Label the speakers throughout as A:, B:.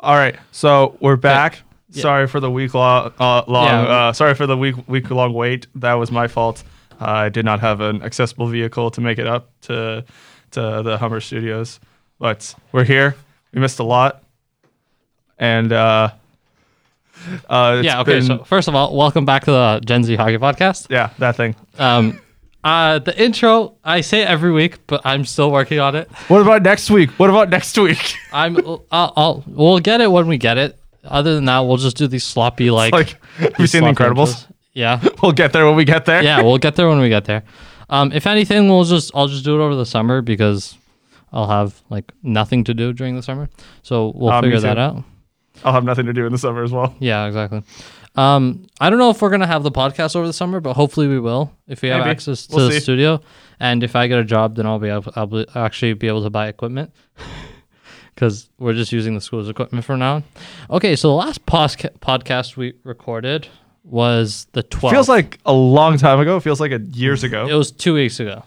A: All right, so we're back. Sorry for the week long. Uh, long
B: Yeah.
A: uh, sorry for the week week long wait. That was my fault. Uh, I did not have an accessible vehicle to make it up to to the Hummer Studios, but we're here. We missed a lot, and uh, uh, it's
B: yeah. Okay.
A: been-
B: So first of all, welcome back to the Gen Z Hockey Podcast.
A: yeah, that thing.
B: Um, uh, the intro I say it every week, but I'm still working on it.
A: What about next week? What about next week?
B: I'm. I'll, I'll. We'll get it when we get it. Other than that, we'll just do these sloppy like.
A: like, have you
B: these
A: seen The
B: sloppy
A: Incredibles?
B: intros. Yeah.
A: We'll get there when we get there.
B: yeah, we'll get there when we get there. Um, if anything, we'll just I'll just do it over the summer because I'll have like nothing to do during the summer, so we'll
A: Uh, me
B: figure
A: too.
B: that out.
A: I'll have nothing to do in the summer as well.
B: Yeah, exactly. Um, I don't know if we're gonna have the podcast over the summer, but hopefully we will if we have
A: Maybe.
B: access to
A: We'll
B: the
A: see.
B: studio. And if I get a job, then I'll be able, I'll be, actually be able to buy equipment because we're just using the school's equipment for now. Okay, so the last posca- podcast we recorded was the 12th.
A: Feels like a long time ago. Feels like a years
B: it
A: ago.
B: was two weeks ago.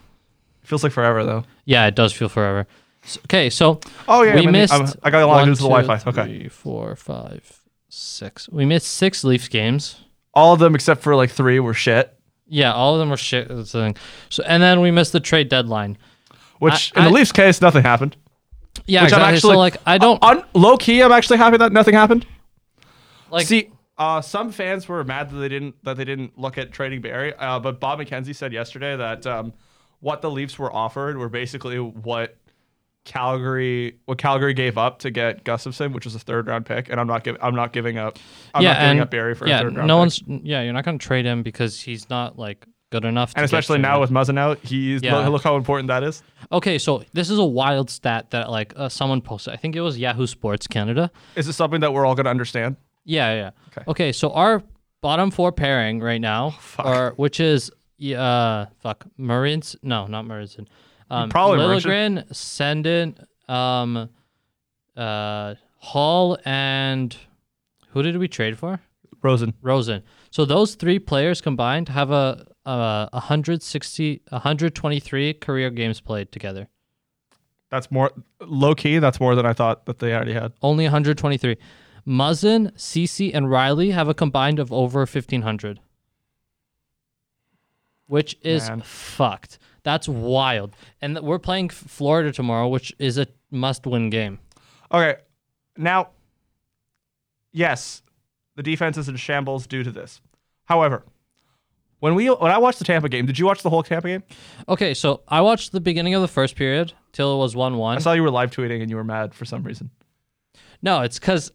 A: Feels like forever though.
B: Yeah, it does feel forever. S- okay, so
A: Oh yeah,
B: we
A: I mean,
B: missed.
A: I'm- I got logged
B: one,
A: into the
B: two,
A: Wi-Fi. Okay,
B: three, four, five, six. We missed six Leafs games.
A: all of them except for like three were shit.
B: Yeah, all of them were shit. that's the thing. So and then we missed the trade deadline.
A: Which
B: I-
A: in the
B: I-
A: Leafs case, nothing happened.
B: Yeah,
A: Which I'm
B: exactly.
A: actually-
B: so like I don't
A: On low key, I'm actually happy that nothing happened.
B: like
A: See, uh, some fans were mad that they didn't that they didn't look at trading Barry. Uh, but Bob McKenzie said yesterday that um, what the Leafs were offered were basically what Calgary what Calgary gave up to get Gustafson, which was a third round pick. And I'm not giving I'm not giving up. I'm
B: yeah,
A: not giving
B: and
A: up Barry for
B: yeah,
A: a third round.
B: no
A: pick.
B: one's yeah. You're not gonna trade him because he's not like good enough.
A: and especially now with Muzzin out, he's
B: Yeah.
A: look, look how important that is.
B: okay, so this is a wild stat that like uh, someone posted. I think it was Yahoo Sports Canada.
A: Is this something that we're all going to understand?
B: Yeah, yeah. Okay.
A: Okay.
B: Okay, so our bottom four pairing right now are which is y- uh fuck Marins no not Marinson. Um
A: Probably
B: Lilligren, Sendin, um uh Hall and who did we trade for?
A: Rosen.
B: Rosen. So those three players combined have a uh 160 123 career games played together.
A: That's more low key. That's more than I thought that they already had.
B: Only 123. Muzzin, Cece, and Riley have a combined of over 1,500, which is
A: Man.
B: fucked. That's wild. And th- we're playing F- Florida tomorrow, which is a must win game.
A: Okay. Now, yes, the defense is in shambles due to this. However, when we when I watched the Tampa game, did you watch the whole Tampa game?
B: Okay, so I watched the beginning of the first period till it was 1
A: I
B: 1.
A: saw you were live tweeting and you were mad for some reason.
B: No, it's because.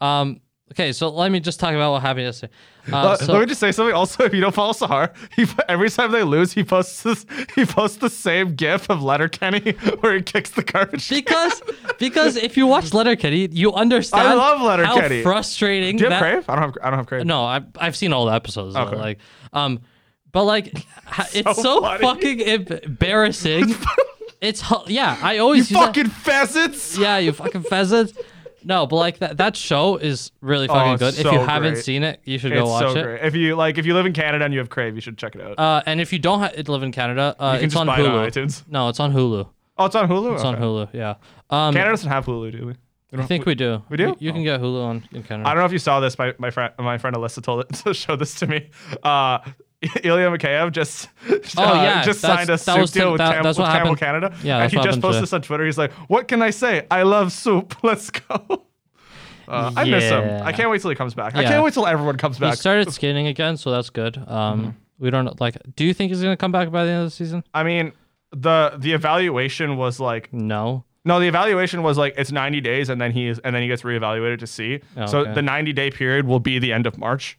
B: um, okay, so let me just talk about what happened yesterday. Uh,
A: Let-
B: so-
A: Let me just say something. Also, if you don't follow Sahar, he, every time they lose, he posts this, he posts the same GIF of Letterkenny where he kicks the garbage.
B: because because if you watch Letterkenny, you understand.
A: I love
B: How
A: Letterkenny.
B: frustrating.
A: Do you have
B: that-
A: Crave? I don't have. I don't have Crave.
B: No, I've I've seen all the episodes. though,
A: Okay.
B: Like, um, but like, ha- it's so
A: funny.
B: fucking em- embarrassing. it's hu- yeah. I always use that-
A: Fucking pheasants.
B: yeah. You fucking pheasants. No, but like that that show is really fucking
A: Oh, it's
B: good. if you
A: so
B: haven't
A: great.
B: seen it, you should go
A: It's
B: watch
A: so
B: it.
A: great. If you like, if you live in Canada and you have Crave, you should check it out.
B: Uh, and if you don't ha- live in Canada, uh,
A: you can
B: it's
A: just
B: on
A: buy
B: Hulu.
A: it on iTunes.
B: No, it's on Hulu.
A: Oh, it's on Hulu.
B: It's on Hulu. Yeah. Um,
A: Canada doesn't have Hulu, do we?
B: I think we do.
A: we do? Oh.
B: You, you can get Hulu on in Canada.
A: I don't know if you saw this. My my friend my friend Alyssa told it, showed this to me. Uh, Ilya Mikheyev just uh,
B: Oh, yeah,
A: just
B: that's-
A: signed a
B: that
A: soup
B: was the-
A: deal with,
B: that-
A: Cam-
B: that's
A: with
B: what
A: Camel
B: happened.
A: Canada.
B: Yeah,
A: and
B: that's
A: he
B: what
A: just
B: happened
A: posted
B: today.
A: this on Twitter. He's like, "What can I say? I love soup. Let's go." Uh, I miss him.
B: Yeah.
A: I can't wait till he comes back. I
B: Yeah.
A: can't wait till everyone comes
B: He
A: back.
B: started skating again, so that's good. Um,
A: Mm-hmm.
B: we don't like. Do you think he's gonna come back by the end of the season?
A: I mean, the the evaluation was like
B: No.
A: No, the evaluation was like it's 90 days, and then he is, and then he gets reevaluated to see.
B: Oh,
A: so
B: okay.
A: the 90 day period will be the end of March.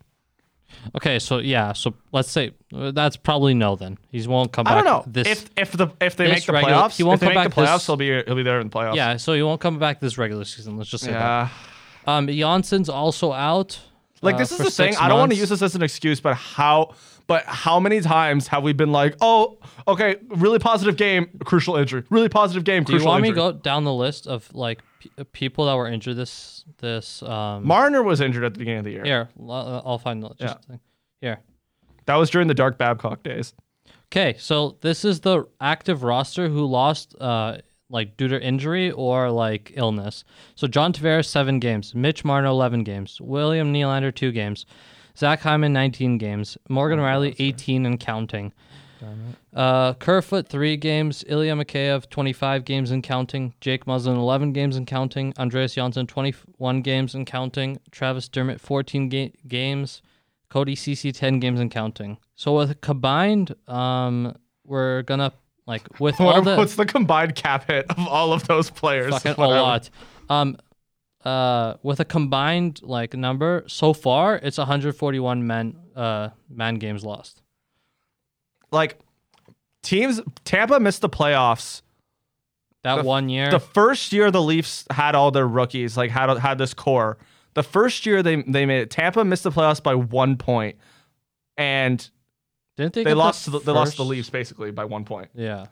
B: Okay, so yeah, so let's say uh, that's probably no. Then he won't come
A: I
B: back.
A: don't know
B: This,
A: if if the if they
B: this
A: make the
B: regular-
A: playoffs.
B: he won't
A: if they
B: come
A: make
B: back
A: the playoffs.
B: this-
A: he'll be he'll be there in the playoffs.
B: yeah, so he won't come back this regular season. Let's just say
A: Yeah.
B: that. Um, Janssen's also out.
A: Like
B: uh,
A: this is
B: for
A: the thing.
B: six
A: I don't want to
B: months.
A: use this as an excuse, but how but how many times have we been like, oh, okay, really positive game, crucial injury, really positive game,
B: Do you
A: crucial
B: want me to
A: injury.
B: go down the list of like p- uh, people that were injured this this um?
A: Marner was injured at the beginning of the year.
B: here, l- uh, I'll find the just thing. Here.
A: That was during the Dark Babcock days.
B: Okay, so this is the active roster who lost uh like due to injury or like illness. So John Tavares seven games, Mitch Marner eleven games, William Nylander two games, Zach Hyman nineteen games, Morgan Riley eighteen and counting. Uh, Kerfoot three games, Ilya Mikheyev twenty five games and counting, Jake Muslin eleven games and counting, Andreas Janssen twenty one games and counting, Travis Dermott fourteen ga- games, Cody CC ten games and counting. So with combined, um, we're gonna like with all
A: What-
B: the
A: what's the combined cap hit of all of those players?
B: fucking
A: Is
B: a
A: what I-
B: lot. Um, uh, with a combined like number so far, it's 141 men uh man games lost.
A: Like teams, Tampa missed the playoffs.
B: That
A: The-
B: one year,
A: The first year the Leafs had all their rookies, like had had this core. The first year they they made it. Tampa missed the playoffs by one point, and
B: didn't they?
A: they
B: get the
A: lost to the, they lost to the
B: first-
A: Leafs basically by one point.
B: Yeah,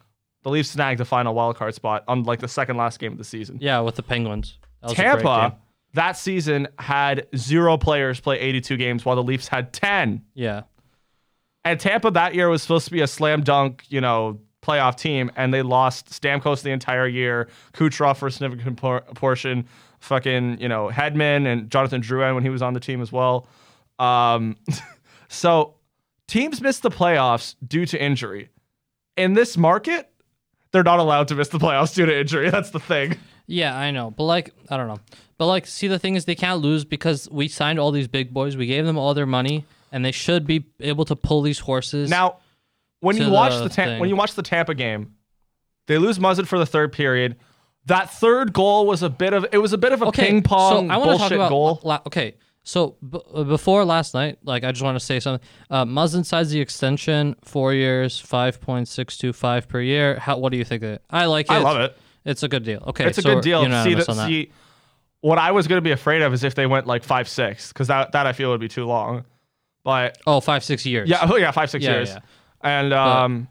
A: The Leafs snagged the final wild card spot on like the second last game of the season.
B: yeah, with the Penguins. That was a great
A: Tampa
B: game.
A: that season had zero players play 82 games while the Leafs had 10.
B: Yeah,
A: And Tampa that year was supposed to be a slam dunk, you know, playoff team, and they lost Stamkos the entire year, Kucherov for a significant por- portion, fucking, you know, Hedman and Jonathan Drouin when he was on the team as well. Um, so teams miss the playoffs due to injury. In this market, they're not allowed to miss the playoffs due to injury. That's the thing.
B: yeah, I know, but like I don't know, but like see the thing is they can't lose because we signed all these big boys, we gave them all their money, and they should be able to pull these horses.
A: Now, when
B: to
A: you watch
B: the
A: the Tam-
B: thing.
A: when you watch the Tampa game, they lose Muzzin for the third period. That third goal was a bit of it was a bit of a ping pong
B: So I wanna
A: bullshit
B: talk about,
A: goal.
B: la- okay, so b- uh, before last night, like I just want to say something. Uh, Muzzin signs the extension, four years, five point six two five per year. How? What do you think of it? I like it.
A: I love it.
B: It's a good deal. Okay,
A: It's a
B: so
A: good deal.
B: You're
A: see,
B: unanimous
A: the,
B: on that.
A: see, what I was going to be afraid of is if they went like five six because that that I feel would be too long. But
B: oh, five six years.
A: yeah, oh yeah, five six
B: Yeah,
A: years.
B: yeah.
A: And um,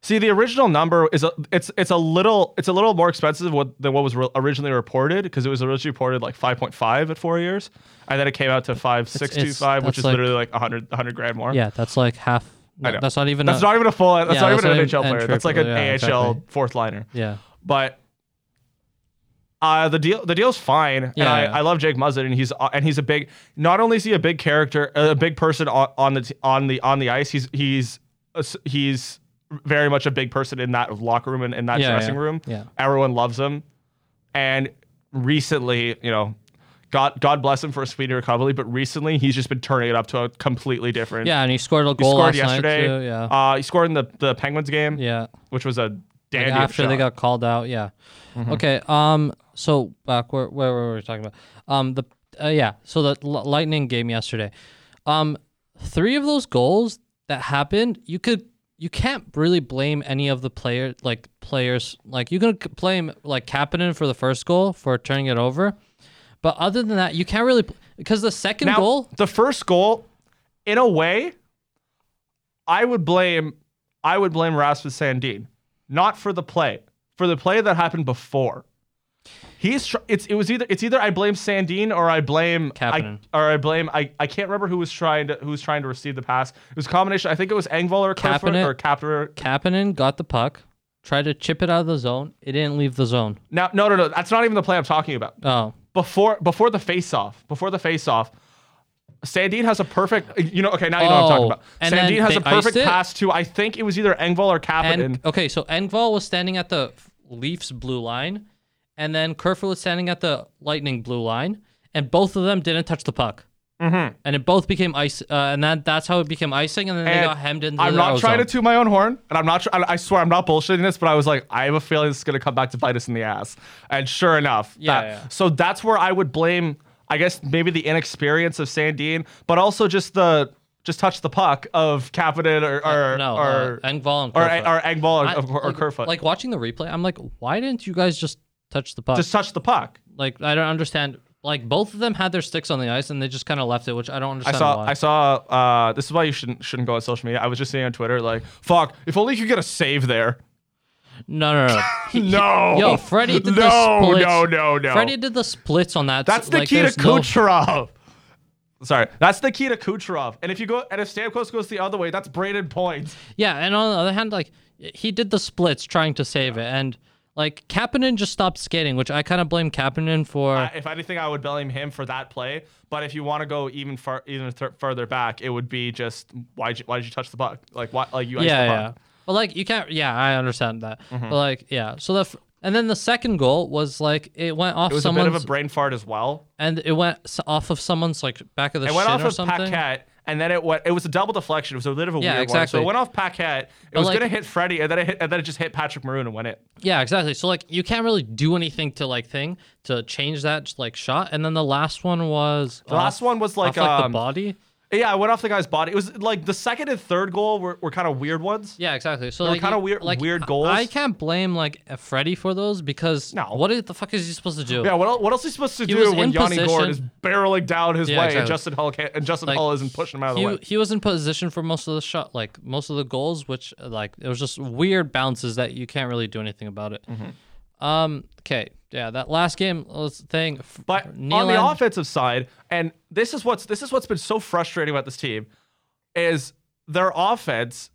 A: see, the original number is a it's it's a little it's a little more expensive what, than what was re- originally reported because it was originally reported like five point five at four years, and then it came out to five six two
B: it's-
A: five, which
B: that's
A: is
B: like-
A: literally like 100, 100 grand more.
B: yeah. That's like half.
A: I know.
B: That's not even.
A: That's
B: a,
A: not even a full. That's
B: Yeah,
A: not
B: that's
A: even an
B: not
A: NHL
B: even
A: player.
B: entry
A: That's like an
B: level, yeah,
A: AHL
B: exactly.
A: fourth liner.
B: Yeah.
A: But uh, the deal the deal's fine, and
B: Yeah,
A: I,
B: yeah.
A: I love Jake Muzzin, and he's uh, and he's a big. Not only is he a big character, uh, a big person on, on the t- on the on the ice, he's he's a s- he's very much a big person in that locker room and in that
B: Yeah,
A: dressing
B: yeah,
A: room.
B: yeah.
A: everyone loves him, and recently, you know. God, God bless him for a speedy recovery, but recently he's just been turning it up to a completely different.
B: Yeah, and he scored a
A: he
B: goal
A: scored
B: last
A: yesterday.
B: night too. Yeah.
A: uh, he scored in the, the Penguins game,
B: yeah.
A: which was a dandy
B: Like,
A: of a
B: after they
A: shot. Mm-hmm.
B: got called out. Yeah. Okay. Um. So back where where were we talking about? Um. The uh, yeah. So the L- Lightning game yesterday. Um. Three of those goals that happened, you could you can't really blame any of the player like players like you can c- blame like Kapanen for the first goal for turning it over, but other than that, you can't really because the second
A: Now,
B: goal.
A: The first goal, in a way, I would blame I would blame Rasmus Sandin, not for the play, for the play that happened before. He's tr- it's it was either it's either I blame Sandin or I blame I,
B: Kapanen.
A: or I blame I, I can't remember who was trying to who was trying to receive the pass. It was a combination. I think it was Engvall or Kerfoot
B: Kapanen.
A: or Kapter.
B: Kapanen got the puck, tried to chip it out of the zone. It didn't leave the zone.
A: Now no no no that's not even the play I'm talking about.
B: Oh,
A: before before the face off, before the face off, Sandine has a perfect. You know, okay, now you know what I'm talking
B: Oh,
A: about.
B: and then
A: Sandine has
B: they
A: a perfect
B: iced it?
A: pass to I think it was either Engvall or Kapanen.
B: And okay, so Engvall was standing at the Leafs blue line, and then Kerfoot was standing at the Lightning blue line, and both of them didn't touch the puck. Mm-hmm. And it both became ice, uh, and that that's how it became icing, and then
A: And
B: they got hemmed in.
A: I'm not trying to
B: T-
A: toot my own horn, and I'm not. Tr- I I swear, I'm not bullshitting this, but I was like, I have a feeling this is gonna come back to bite us in the ass. And sure enough,
B: Yeah,
A: that-
B: yeah.
A: So that's where I would blame, I guess, maybe the inexperience of Sandine, but also just the just touch the puck of Kapanen or or
B: no,
A: or,
B: uh, Engvall and
A: or,
B: Kerfoot.
A: or Engvall or,
B: I-
A: or, or
B: like,
A: Kerfoot.
B: Like watching the replay, I'm like, why didn't you guys just touch the puck?
A: just touch the puck.
B: like I don't understand. Like both of them had their sticks on the ice, and they just kind of left it, which I don't
A: I
B: understand
A: saw.
B: why.
A: I saw. Uh, this is why you shouldn't shouldn't go on social media. I was just seeing on Twitter like, "Fuck! If only you could get a save there."
B: no, no, no.
A: No.
B: Yo, Freddie did
A: no,
B: the splits.
A: no, no, no.
B: Freddie did the splits on that.
A: That's
B: like,
A: Nikita
B: there's no-
A: Kucherov. Sorry, that's Nikita Kucherov. And if you go, and if Stamkos goes the other way, that's Braden Point.
B: Yeah, and on the other hand, like he did the splits trying to save it, and Like Kapanen just stopped skating, which I kind of blame Kapanen for.
A: I- Uh, if anything, I would blame him for that play. But if you want to go even far, even th- further back, it would be just why did you, why did you touch the puck? Like why like you iced
B: yeah,
A: the
B: yeah.
A: puck.
B: But like you can't. Yeah, I understand that.
A: Mm-hmm.
B: But like, yeah. So the f- and then the second goal was like it went off
A: It was
B: someone's
A: a bit of a brain fart as well.
B: and it went s- off of someone's like back of the
A: It
B: shin
A: went off
B: or
A: of
B: something.
A: Paquette, and then it went. It was a double deflection. It was a bit of a
B: Yeah,
A: weird
B: exactly.
A: one. So it went off Paquette. It was
B: like-
A: gonna hit Freddie, and then it hit, and then it just hit Patrick Maroon and went in.
B: Yeah, exactly. So like you can't really do anything to like thing to change that like shot. And then the last one was
A: The last one was like,
B: off, like
A: um,
B: the body.
A: Yeah, it went off the guy's body. It was like the second and third goal were, were kind of weird ones.
B: Yeah, exactly. So
A: They were
B: like,
A: kinda
B: you-
A: weird-
B: like,
A: weird
B: I-
A: goals.
B: I can't blame like Freddy for those because
A: No.
B: what is- the fuck is he supposed to do?
A: Yeah, what, el- what else is he supposed to
B: was
A: do when
B: in
A: Yanni Gord is
B: position.
A: barreling down his
B: Yeah,
A: way and
B: exactly.
A: Justin Hull can't, and Justin
B: Like,
A: Hull isn't pushing him out of the
B: he,
A: way?
B: he was in position for most of the shot, like most of the goals, which uh, like it was just weird bounces that you can't really do anything about it.
A: Mm-hmm.
B: Um. Okay. Yeah. That last game was thing. f-
A: But on the
B: Nylander-
A: offensive side, and this is what's this is what's been so frustrating about this team, is their offense,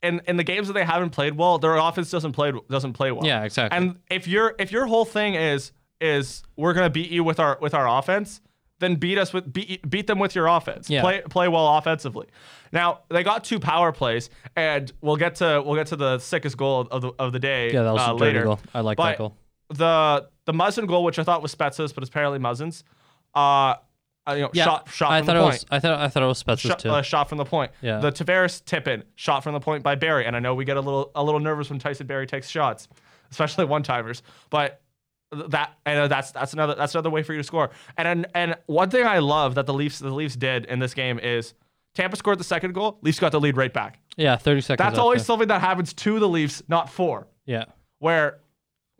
A: and in the games that they haven't played well, their offense doesn't play doesn't play well.
B: Yeah, exactly.
A: And if your if your whole thing is is we're gonna beat you with our with our offense, then beat us with beat beat them with your offense.
B: Yeah.
A: Play play well offensively. Now they got two power plays, and we'll get to we'll get to the sickest goal of the of the day.
B: Yeah, that was
A: uh,
B: a dirty
A: later.
B: goal. I like that
A: But
B: goal.
A: The the Muzzin goal, which I thought was Spezza's, but it's apparently Muzzin's. Uh, uh, you know,
B: yeah,
A: shot shot
B: I
A: from
B: thought
A: the
B: it
A: point.
B: was. I thought I thought it was Spezza's
A: Shot,
B: too.
A: uh, shot from the point.
B: Yeah.
A: The Tavares tip in, shot from the point by Barry. And I know we get a little a little nervous when Tyson Barry takes shots, especially one timers. But th- that I know that's that's another that's another way for you to score. And, and and one thing I love that the Leafs the Leafs did in this game is Tampa scored the second goal. Leafs got the lead right back.
B: yeah, thirty seconds.
A: That's
B: after.
A: always something that happens to the Leafs, not for
B: Yeah.
A: where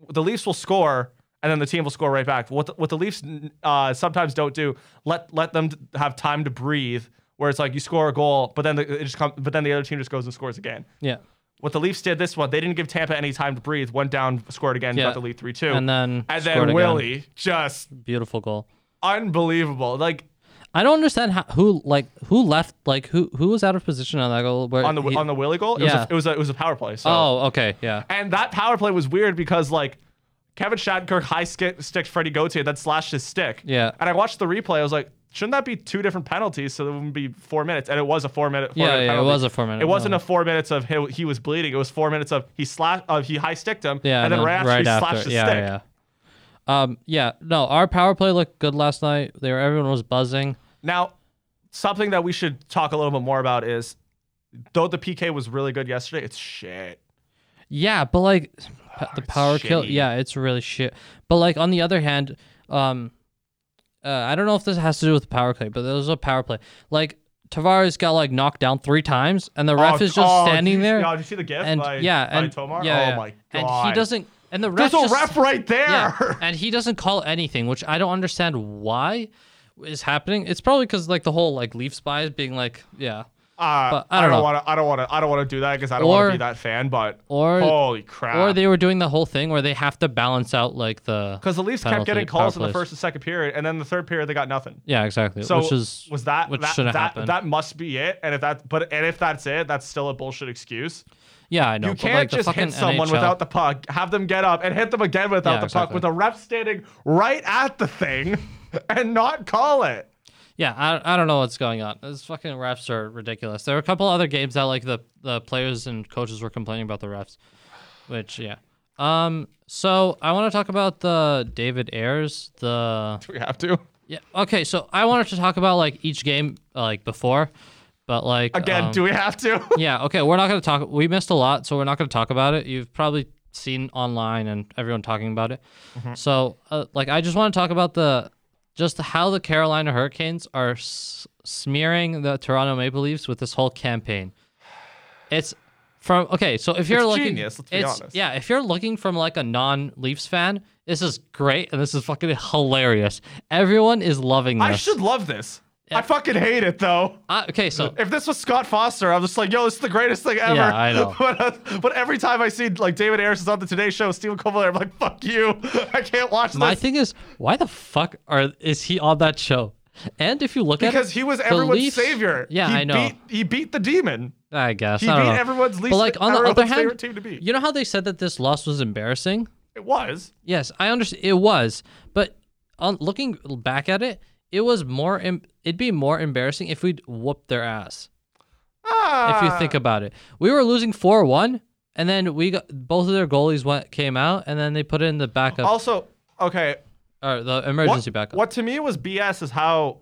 A: the Leafs will score and then the team will score right back. What the, what the Leafs uh, sometimes don't do, let let them t- have time to breathe. Where it's like you score a goal, but then the, it just come, but then the other team just goes and scores again.
B: Yeah.
A: What the Leafs did this one, they didn't give Tampa any time to breathe. Went down, scored again,
B: Yeah.
A: got the lead three two,
B: And then
A: and
B: scored
A: then
B: again.
A: Willie just
B: Beautiful goal.
A: unbelievable. Like
B: I don't understand how, who like who left like who who was out of position on that goal. Where
A: on the
B: he-
A: on the Willie goal, it,
B: Yeah.
A: was a, it was a, it was a power play. So.
B: oh okay yeah
A: And that power play was weird because like Kevin Shattenkirk high sk- sticked Freddie Gauthier, then slashed his stick.
B: Yeah.
A: And I watched the replay. I was like, shouldn't that be two different penalties? So it wouldn't be four minutes. And it was a four minute. Four
B: Yeah,
A: minute
B: yeah, it
A: penalty.
B: was a four-minute
A: It wasn't
B: penalty.
A: a four minutes of he, he was bleeding. It was four minutes of he slashed, uh, he high sticked him.
B: yeah
A: And then
B: no,
A: right after he slashed his
B: yeah
A: stick.
B: yeah. Um, yeah, no, our power play looked good last night. They were, everyone was buzzing.
A: Now, something that we should talk a little bit more about is though the PK was really good yesterday, it's shit.
B: Yeah, but like p- the power kill,
A: Oh, shitty.
B: yeah, it's really shit. But like on the other hand, um, uh, I don't know if this has to do with the power play, but there was a power play. Like Tavares got like knocked down three times, and the ref
A: Oh,
B: is just
A: oh,
B: standing
A: did you-
B: there,
A: Oh, did you see the gift
B: and
A: by,
B: yeah,
A: by
B: and
A: Tomar?
B: yeah,
A: oh
B: yeah.
A: my god.
B: and he doesn't, and the ref
A: There's a
B: just-
A: ref right there.
B: Yeah, and he doesn't call anything, which I don't understand why is happening. It's probably because like the whole like Leaf spies being like, yeah,
A: Uh,
B: But I
A: I
B: don't
A: don't,
B: know.
A: want to. I don't want to. I don't want to do that because I don't
B: Or-
A: want to be that fan. But
B: or-
A: holy crap!
B: or they were doing the whole thing where they have to balance out like the
A: because the Leafs
B: penalty,
A: kept getting
B: power
A: calls in the
B: plays.
A: first and second period, and then the third period they got nothing.
B: Yeah, exactly.
A: So
B: which is
A: was that
B: which
A: that
B: shouldn't
A: that,
B: happen.
A: that must be it. And if that but and if that's it, that's still a bullshit excuse.
B: yeah, I know.
A: You
B: but,
A: can't
B: like, the
A: just
B: fucking
A: hit someone
B: NHL
A: without the puck, have them get up, and hit them again without
B: Yeah,
A: the
B: exactly.
A: puck with a ref standing right at the thing, and not call it.
B: Yeah, I, I don't know what's going on. Those fucking refs are ridiculous. There were a couple other games that like the the players and coaches were complaining about the refs, which yeah. Um. So I want to talk about the David Ayers the
A: Do we have to?
B: Yeah. Okay. So I wanted to talk about like each game uh, like before, but like
A: Again,
B: um,
A: do we have to?
B: yeah. Okay. We're not gonna talk. We missed a lot, so we're not gonna talk about it. You've probably seen online and everyone talking about it.
A: Mm-hmm.
B: So uh, like, I just want to talk about the just how the Carolina Hurricanes are s- smearing the Toronto Maple Leafs with this whole campaign. It's from okay. So if you're
A: It's
B: looking,
A: genius, let's be
B: it's-
A: honest.
B: yeah, if you're looking from like a non-Leafs fan, this is great and this is fucking hilarious. Everyone is loving this.
A: I should love this. I fucking hate it though.
B: I- okay, so
A: If this was Scott Foster, I'm just like, yo, this is the greatest thing ever.
B: Yeah, I know.
A: but, uh, but every time I see like David Ayers is on the Today Show, Stephen Colbert, I'm like, fuck you. I can't watch
B: my
A: this
B: thing is, why the fuck are is he on that show? And if you look at
A: because
B: it,
A: he was
B: the
A: everyone's
B: Leafs-
A: savior.
B: Yeah,
A: he
B: I know.
A: Beat, he beat the demon.
B: I guess
A: He
B: I don't
A: beat
B: know.
A: everyone's
B: But
A: least-
B: like on the
A: everyone's
B: other hand,
A: favorite team to beat.
B: you know how they said that this loss was embarrassing.
A: It was.
B: Yes, I understand. It was, but on looking back at it, it was more. Em- it'd be more embarrassing if we'd whooped their ass.
A: Ah,
B: If you think about it, we were losing four one, and then we got both of their goalies went came out, and then they put in the backup
A: also, okay,
B: or the
A: what,
B: emergency backup.
A: what to me was BS is how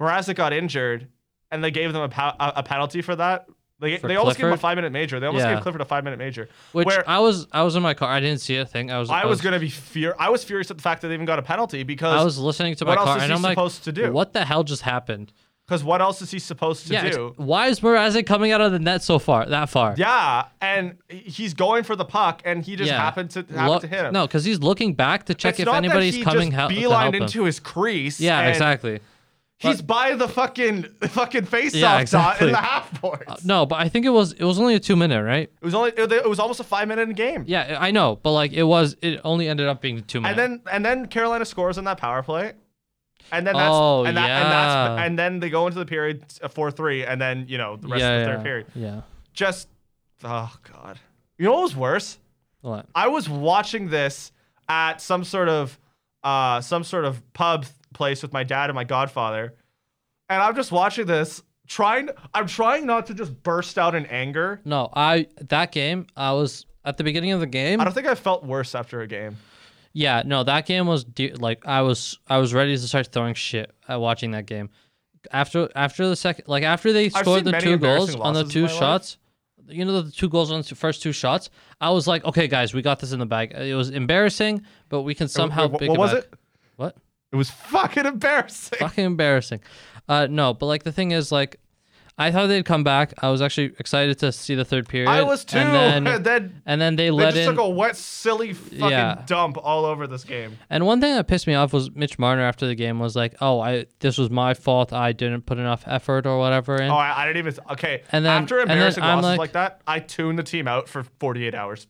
A: Mrazek got injured, and they gave them a, pa- a, a penalty for that. They,
B: For
A: they almost gave him a
B: Clifford?
A: five minute major. They almost
B: Yeah.
A: gave Clifford a five minute major.
B: Which
A: where
B: I was, I was in my car. I didn't see a thing. I was,
A: I was gonna be fear. I was furious at the fact that they even got a penalty
B: I
A: because
B: was listening to my
A: what
B: car,
A: else is
B: and
A: he
B: I'm like,
A: supposed to do?
B: "What the hell just happened?"
A: Because what else is he supposed to
B: yeah, it's-
A: do?
B: why is Mrazek coming out of the net so far? That far?
A: Yeah, and he's going for the puck, and he just happened to happen
B: Look-
A: to hit him.
B: No, because he's looking back to check
A: it's
B: if
A: not
B: anybody's
A: that he
B: coming
A: just
B: hel- to help
A: beelined
B: him.
A: into his crease.
B: yeah,
A: and
B: exactly.
A: He's by the fucking fucking face
B: Yeah,
A: off dot
B: exactly. Uh,
A: in the half boards.
B: No, but I think it was it was only a two minute, right?
A: It was only it was almost a five minute game.
B: Yeah, I I know, but like it was it only ended up being two minutes.
A: And then and then Carolina scores on that power play. And then that's
B: Oh,
A: and, that, and that's
B: yeah.
A: and then they go into the period uh, four three and then you know the rest
B: yeah,
A: of the
B: yeah,
A: third period.
B: Yeah.
A: Just oh god. You know what was worse?
B: What?
A: I was watching this at some sort of uh some sort of pub place with my dad and my godfather. And I'm just watching this trying I'm trying not to just burst out in anger.
B: No, I that game I was at the beginning of the game.
A: I don't think I felt worse after a game.
B: Yeah, no, that game was de- like I was I was ready to start throwing shit at watching that game. After after the second, like after they
A: seen
B: scored the
A: many
B: two goals
A: embarrassing
B: on the
A: losses in
B: two
A: my life.
B: shots, you know the two goals on the two- first two shots, I was like, okay, guys, we got this in the bag. Uh, It was embarrassing, but we can somehow.
A: Wait, what,
B: pick
A: what was
B: back.
A: it?
B: What?
A: It was fucking embarrassing.
B: fucking embarrassing. Uh, no, but like the thing is, like, I thought they'd come back. I was actually excited to see the third period.
A: I was too.
B: And then,
A: then
B: and then they
A: they
B: let
A: just
B: in.
A: took a wet, silly fucking
B: Yeah.
A: dump all over this game.
B: and one thing that pissed me off was Mitch Marner after the game was like, "Oh, I this was my fault. I didn't put enough effort or whatever in."
A: Oh, I, I didn't even. Okay.
B: And then-
A: After
B: and then
A: embarrassing
B: I'm
A: losses
B: like-
A: like, that, I tuned the team out for 48 hours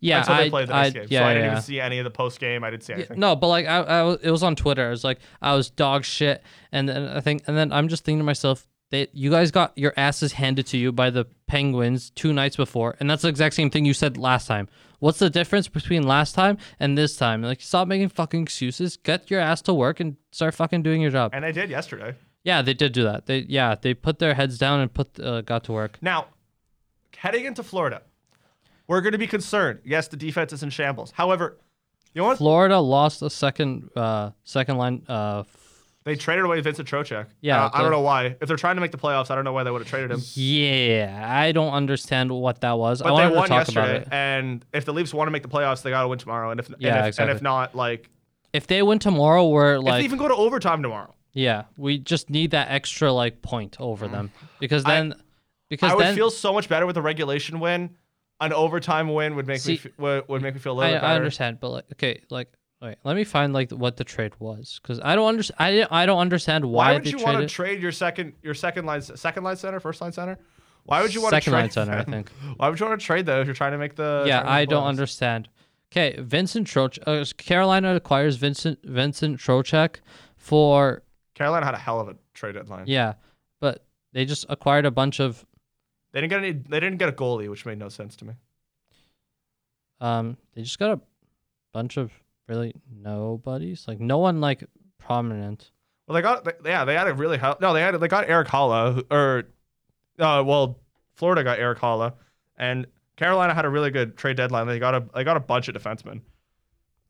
B: yeah,
A: until
B: I,
A: they played the
B: I,
A: next game.
B: yeah,
A: so I
B: yeah,
A: didn't
B: yeah.
A: even see any of the post game. I didn't see anything.
B: No, but like I, I, was- it was on Twitter. I was like, I was dog shit, and then I think, and then I'm just thinking to myself, that you guys got your asses handed to you by the Penguins two nights before, and that's the exact same thing you said last time. What's the difference between last time and this time? Like, stop making fucking excuses. Get your ass to work and start fucking doing your job.
A: And I did yesterday.
B: yeah, they did do that. They yeah, they put their heads down and put uh, got to work.
A: Now, heading into Florida, we're going to be concerned. Yes, the defense is in shambles. However, you know what?
B: Florida lost a second uh second line uh
A: They traded away Vincent Trocek.
B: Yeah,
A: Uh, I
B: the-
A: don't know why. If they're trying to make the playoffs, I don't know why they would have traded him.
B: yeah, I don't understand what that was. I
A: But
B: wanted
A: they
B: to
A: won
B: talk about
A: yesterday,
B: it.
A: and if the Leafs want to make the playoffs, they got to win tomorrow. And if and
B: Yeah,
A: if, and
B: exactly.
A: if not, like
B: if they win tomorrow, we're
A: if
B: like,
A: they even go to overtime tomorrow,
B: yeah, we just need that extra like point over them because then, because
A: Mm. I would
B: then,
A: feel so much better with a regulation win. An overtime win would make
B: See,
A: me fe- would, would make me feel a little
B: I,
A: bit
B: I
A: better.
B: understand, but like, okay, like, wait, let me find like what the trade was because I don't understand. I didn't- I don't understand why,
A: Why would
B: they
A: you want to
B: traded
A: trade your second your second line second line center first line center? Why would you want
B: second
A: to trade
B: line center. I
A: them?
B: think.
A: Why would you want to trade though if you're trying to make the
B: Yeah,
A: trying to
B: I
A: make the
B: don't
A: playoffs?
B: understand. Okay, Vincent Troch. Uh, Carolina acquires Vincent Vincent Trocheck for
A: Carolina had a hell of a trade deadline.
B: yeah, but they just acquired a bunch of
A: They didn't get any. They didn't get a goalie, which made no sense to me.
B: Um, they just got a bunch of really nobodies, like no one like prominent.
A: Well, they got they- yeah, they had a really hel- no, they had they got Eric Holla who- or uh, well, Florida got Eric Holla, and Carolina had a really good trade deadline. They got a they got a bunch of defensemen.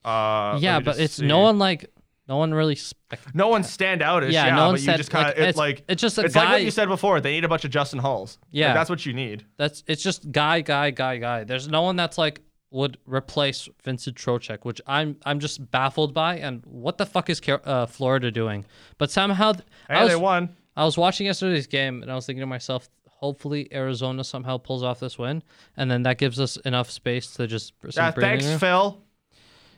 A: Uh, let
B: yeah,
A: me
B: but
A: just
B: it's
A: see.
B: no one like no one really. Spec-
A: No one stand out.
B: yeah, no one
A: but
B: said
A: you just kind
B: like,
A: of
B: it's,
A: it's like
B: it's just a
A: it's
B: guy.
A: like what you said before. They need a bunch of Justin Hulls. Like,
B: Yeah.
A: that's what you need.
B: That's it's just guy, guy, guy, guy. There's no one that's like would replace Vincent Trocek, which I'm I'm just baffled by. And what the fuck is Car- uh, Florida doing? But somehow th-
A: Hey,
B: I was
A: they won.
B: I was watching yesterday's game and I was thinking to myself, hopefully Arizona somehow pulls off this win, and then that gives us enough space to just some
A: Yeah, Ah,
B: breathing
A: thanks,
B: room.
A: Phil.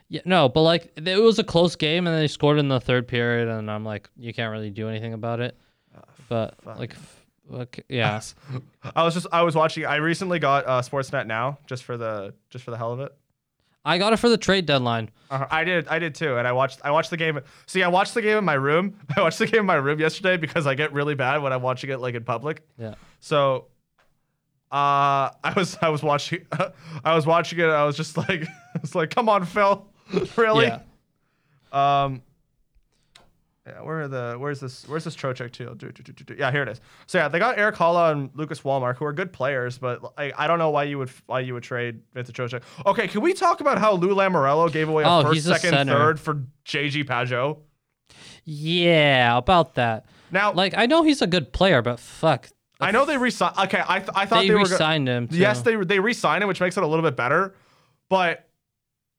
B: Yeah, no, but like it was a close game, and they scored in the third period, and I'm like, you can't really do anything about it.
A: Ah,
B: But like, f- like, yeah,
A: I was just I was watching. I recently got uh, Sportsnet now just for the just for the hell of it.
B: I got it for the trade deadline.
A: Uh-huh. I did. I did too. And I watched. I watched the game. See, I watched the game in my room. I watched the game in my room yesterday because I get really bad when I'm watching it like in public.
B: Yeah,
A: So, uh, I was. I was watching. I was watching it. I was just like. it's like, come on, Phil, really?
B: Yeah.
A: Um, yeah, where are the where's this where's this Trocheck too? Do, do, do, do, do. Yeah, here it is. So yeah, they got Eric Halla and Lucas Walmart, who are good players, but I, I don't know why you would why you would trade Vincent Trocheck. Okay, can we talk about how Lou Lamorello gave away a
B: Oh,
A: first,
B: he's a
A: second,
B: center.
A: third for JG Pajot?
B: Yeah, about that.
A: Now
B: Like I know he's a good player, but fuck,
A: I know they resigned. Okay, I th- I thought
B: they,
A: they, were. go-
B: re-signed him. so-
A: Yes, they they re-signed him, which makes it a little bit better. But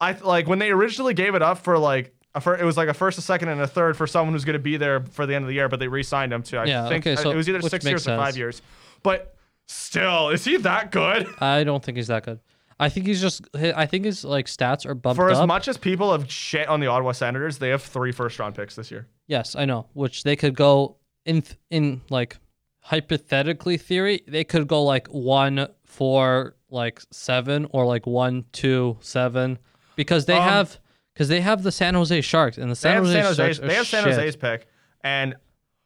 A: I th- like when they originally gave it up for like a fir- it was like a first, a second, and a third for someone who's going to be there for the end of the year. But they re-signed him to I
B: Yeah,
A: think
B: okay,
A: uh,
B: so-
A: it was either
B: which
A: six years
B: makes
A: or five
B: sense.
A: years. But still, is he that good?
B: I don't think he's that good. I think he's just. I think his like stats are bumped
A: For as
B: up.
A: much as people have shit on the Ottawa Senators, they have three first-round picks this year.
B: Yes, I know. Which they could go in th- in like hypothetically theory, they could go like one four like seven or like one two seven because they
A: Um,
B: have because they have the San Jose Sharks and the
A: They
B: San
A: have
B: Jose
A: San Jose's.
B: Sharks. are
A: They have San
B: shit.
A: Jose's pick, and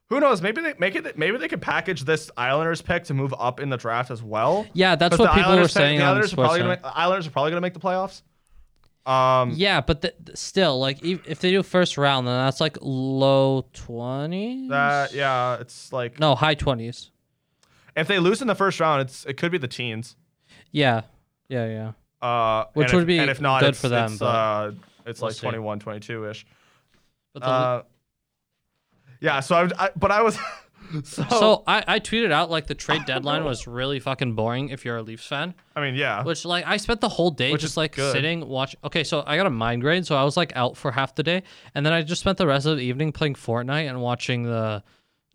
A: who knows? Maybe they make it. Maybe they could package this Islanders pick to move up in the draft as well.
B: Yeah, that's
A: But
B: what
A: the
B: people were
A: Islanders pick-
B: saying
A: The
B: on
A: Islanders, are probably
B: SportsCenter.
A: gonna, make- Islanders are probably going to make the playoffs. Um,
B: Yeah, but th- th- still, like e- if they do first round, then that's like low twenties.
A: that- yeah, it's like
B: No, high twenties.
A: if they lose in the first round, it's it could be the teens.
B: Yeah, yeah, yeah.
A: Uh,
B: Which
A: and if-
B: would be
A: and if not,
B: good
A: it's,
B: for them,
A: It's,
B: but
A: uh, it's
B: we'll
A: like
B: see.
A: 21, 22 ish.
B: But the,
A: Uh, yeah, so I, I but I was so,
B: So I, I tweeted out like the trade deadline was really fucking boring if you're a Leafs fan.
A: I mean yeah,
B: Which like I spent the whole day
A: Which is
B: just like
A: good.
B: sitting watch. Okay, so I got a migraine, so I was like out for half the day, and then I just spent the rest of the evening playing Fortnite and watching the